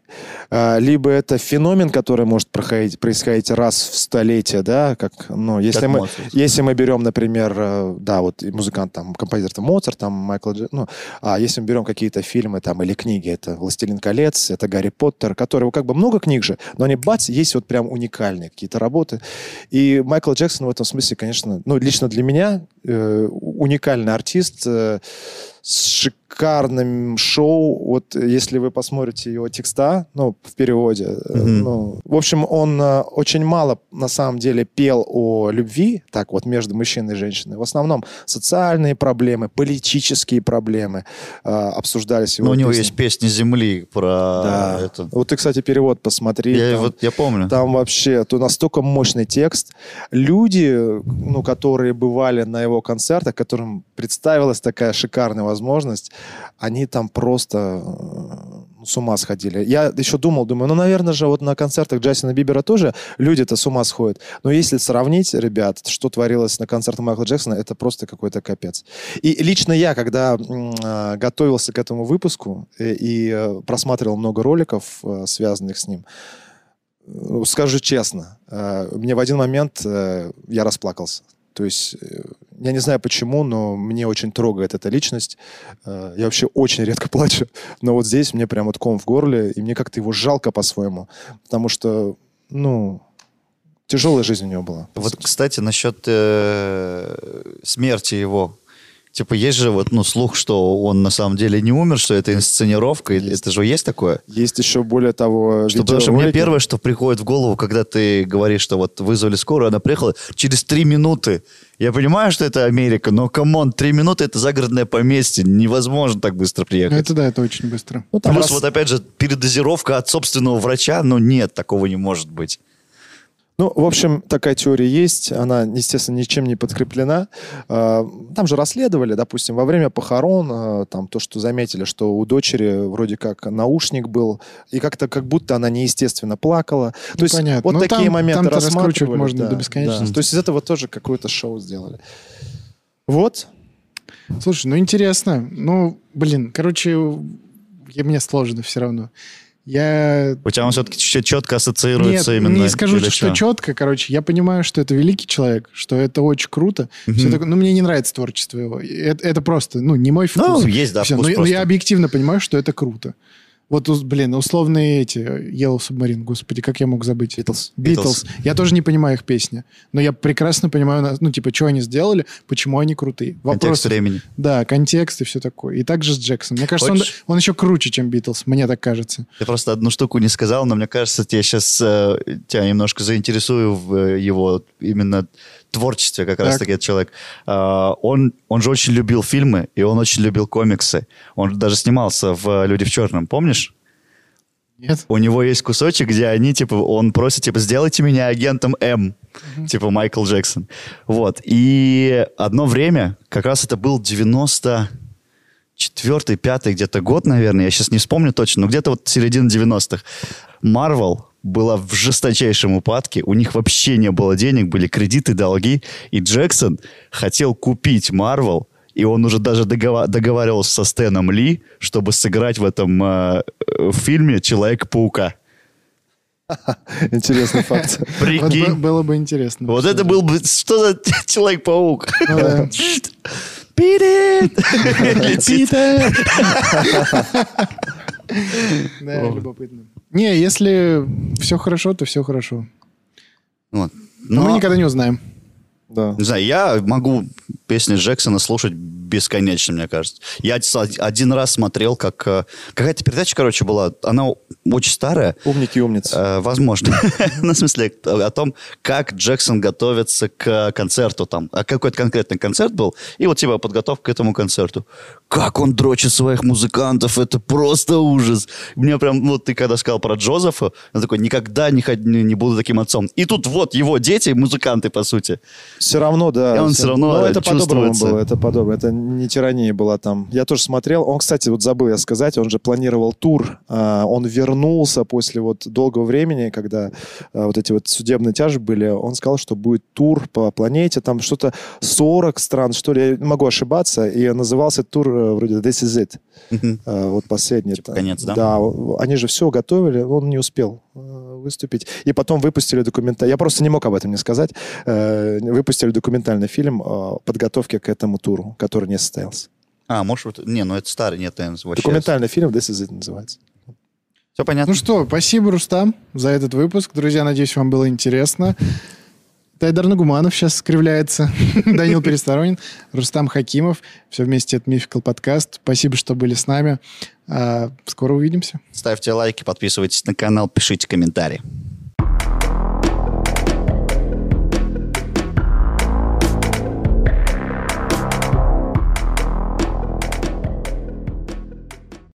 а, либо это феномен, который может проходить, происходить раз в столетие, да, как, ну, если
Как
мы,
Моцарт.
если мы берем, например, э, да, вот и музыкант там, композитор там Моцарт, там Майкл, Дж- ну, а если мы берем какие-то фильмы там или книги, это «Властелин колец», это «Гарри Поттер», которые, как бы много книг же, но они, бац, есть вот прям уникальные какие-то работы. И Майкл Джексон в этом смысле, конечно, ну, лично для меня э, у- уникальный артист, э, с шикарным шоу. Вот э, если вы посмотрите его текста, ну, в переводе, э,
Мгм.
ну, в общем, он э, очень мало, на самом деле, пел о любви, так вот, между мужчиной и женщиной. В основном социальные проблемы, политические проблемы э, обсуждались. в
Ну,
его
у него
песнях.
есть песни земли про
Да.
это.
Вот ты, кстати, перевод посмотри.
Я,
там.
вот, я помню.
Там вообще то настолько мощный текст. Люди, ну, которые бывали на его концертах, которым представилась такая шикарная возможность, они там просто э, с ума сходили. Я еще думал, думаю, ну, наверное же, вот на концертах Джастина Бибера тоже люди-то с ума сходят. Но если сравнить, ребят, что творилось на концертах Майкла Джексона, это просто какой-то капец. И лично я, когда м, э, готовился к этому выпуску э, и э, просматривал много роликов, э, связанных с ним, ну, Скажу честно, э, мне в один момент э, я расплакался. То есть, э, я не знаю почему, но мне очень трогает эта личность. Э, Я вообще очень редко плачу. Но вот здесь мне прям вот ком в горле, и мне как-то его жалко по-своему. Потому что, ну, тяжелая жизнь у него была.
Вот, кстати, насчет э, смерти его. Типа, есть же вот, ну, слух, что он на самом деле не умер, что это инсценировка.
Есть.
Это же есть такое?
Есть еще более того...
Что, потому что мне
видеоролики.
первое, что приходит в голову, когда ты говоришь, что вот вызвали скорую, она приехала через три минуты. Я понимаю, что это Америка, но, камон, три минуты — это загородное поместье. Невозможно так быстро
Ну,
приехать.
это да, это очень быстро.
Ну, там
Плюс
рас-
вот опять же передозировка от собственного врача, ну нет, такого не может быть.
Ну, в общем, такая теория есть. Она, естественно, ничем не подкреплена. Э, Там же расследовали, допустим, во время похорон, э, там то, что заметили, что у дочери вроде как наушник был, и как-то как будто она неестественно плакала. То
Ну,
есть
понятно.
вот
Ну,
такие
там-
моменты
там-то
рассматривали.
раскручивать можно
да,
до бесконечности.
да. То есть из этого тоже какое-то шоу сделали. Вот.
Слушай, ну интересно. Ну, блин, короче, я- мне сложно все равно. Я
У тебя он все-таки четко ассоциируется
Нет,
именно.
Не скажу,
или
что, четко. Короче, я понимаю, что это великий человек, что это очень круто. Всё такое- ну, мне не нравится творчество его. И Это, это просто, ну, не мой вкус.
Ну, есть, да,
Всё,
вкус
но я- но
просто.
я объективно понимаю, что это круто. Вот, уз- блин, условные эти Yellow Submarine, господи, как я мог забыть?
Beatles.
Битлз. Я тоже не понимаю их песни. Но я прекрасно понимаю, на- ну, типа, что они сделали, почему они крутые.
Контекст
Вопрос,
времени.
да, контекст и все такое. И также с Джексоном. Мне кажется, он,
Хочешь?
он еще круче, чем Битлз, мне так кажется.
Ты просто одну штуку не сказал, но мне кажется, я сейчас тебя немножко заинтересую в э, его именно творчестве как раз
Так.
таки этот человек. А, он, он же очень любил фильмы, и он очень любил комиксы. Он даже снимался в «Люди в черном», помнишь?
Нет?
У него есть кусочек, где они, типа, он просит, типа, сделайте меня агентом М, типа Майкл Джексон. Вот. И одно время, как раз это был 90 четвертый, пятый где-то год, наверное, я сейчас не вспомню точно, но где-то вот середина 90-х. Марвел была в жесточайшем упадке, у них вообще не было денег, были кредиты, долги, и Джексон хотел купить Марвел, и он уже даже догова- договаривался со Стэном Ли, чтобы сыграть в этом э, э, фильме Человека-паука.
Интересный факт.
Вот бы-
Прикинь.
было бы интересно.
Вот это был бы... Что за Человек-паук?
Ну да.
Beat it! Летит.
Да, любопытно. Не, если все хорошо, то все хорошо.
Вот.
Но, Ну, мы
Но-
никогда не узнаем.
Да.
Не знаю, я могу песни Джексона слушать бесконечно, мне кажется. Я с- один раз смотрел, как... э, Какая-то передача, короче, была, она очень старая,
Умники и умницы.
э, возможно. Ну, в смысле, о том, как Джексон готовится к концерту там. А Какой-то конкретный концерт был, и вот типа подготовка к этому концерту. Как он дрочит своих музыкантов, это просто ужас. Мне прям, вот ты когда сказал про Джозефа, я такой, никогда не, ход- не не буду таким отцом. И тут вот его дети, музыканты, по сути.
Все равно, да.
И он
всё-
всё равно,
Но
э,
это по-доброму
чувствуется.
было, это по-доброму. Это не тирания была там. Я тоже смотрел. Он, кстати, вот забыл я сказать, он же планировал тур. А, Он вернулся после вот долгого времени, когда а, вот эти вот судебные тяжи были. Он сказал, что будет тур по планете. Там что-то 40 стран, что ли. Я могу ошибаться. И назывался тур э, вроде This is it.
Мгм.
А, Вот последний.
Типа конец, да?
Да. Они же все готовили. Он не успел. Э, выступить. И потом выпустили документальный... Я просто не мог об этом не сказать. Э, Выпустили документальный фильм о подготовке к этому туру, который не состоялся.
А, может, вот- не, ну это старый, нет, наверное, вообще.
Документальный фильм «This is it» называется.
Все понятно.
Ну что, спасибо, Рустам, за этот выпуск. Друзья, надеюсь, вам было интересно. Тайдар Нагуманов сейчас скривляется. Данил Пересторонин, Рустам Хакимов. Все вместе это Мификал подкаст. Спасибо, что были с нами. А, Скоро увидимся.
Ставьте лайки, подписывайтесь на канал, пишите комментарии.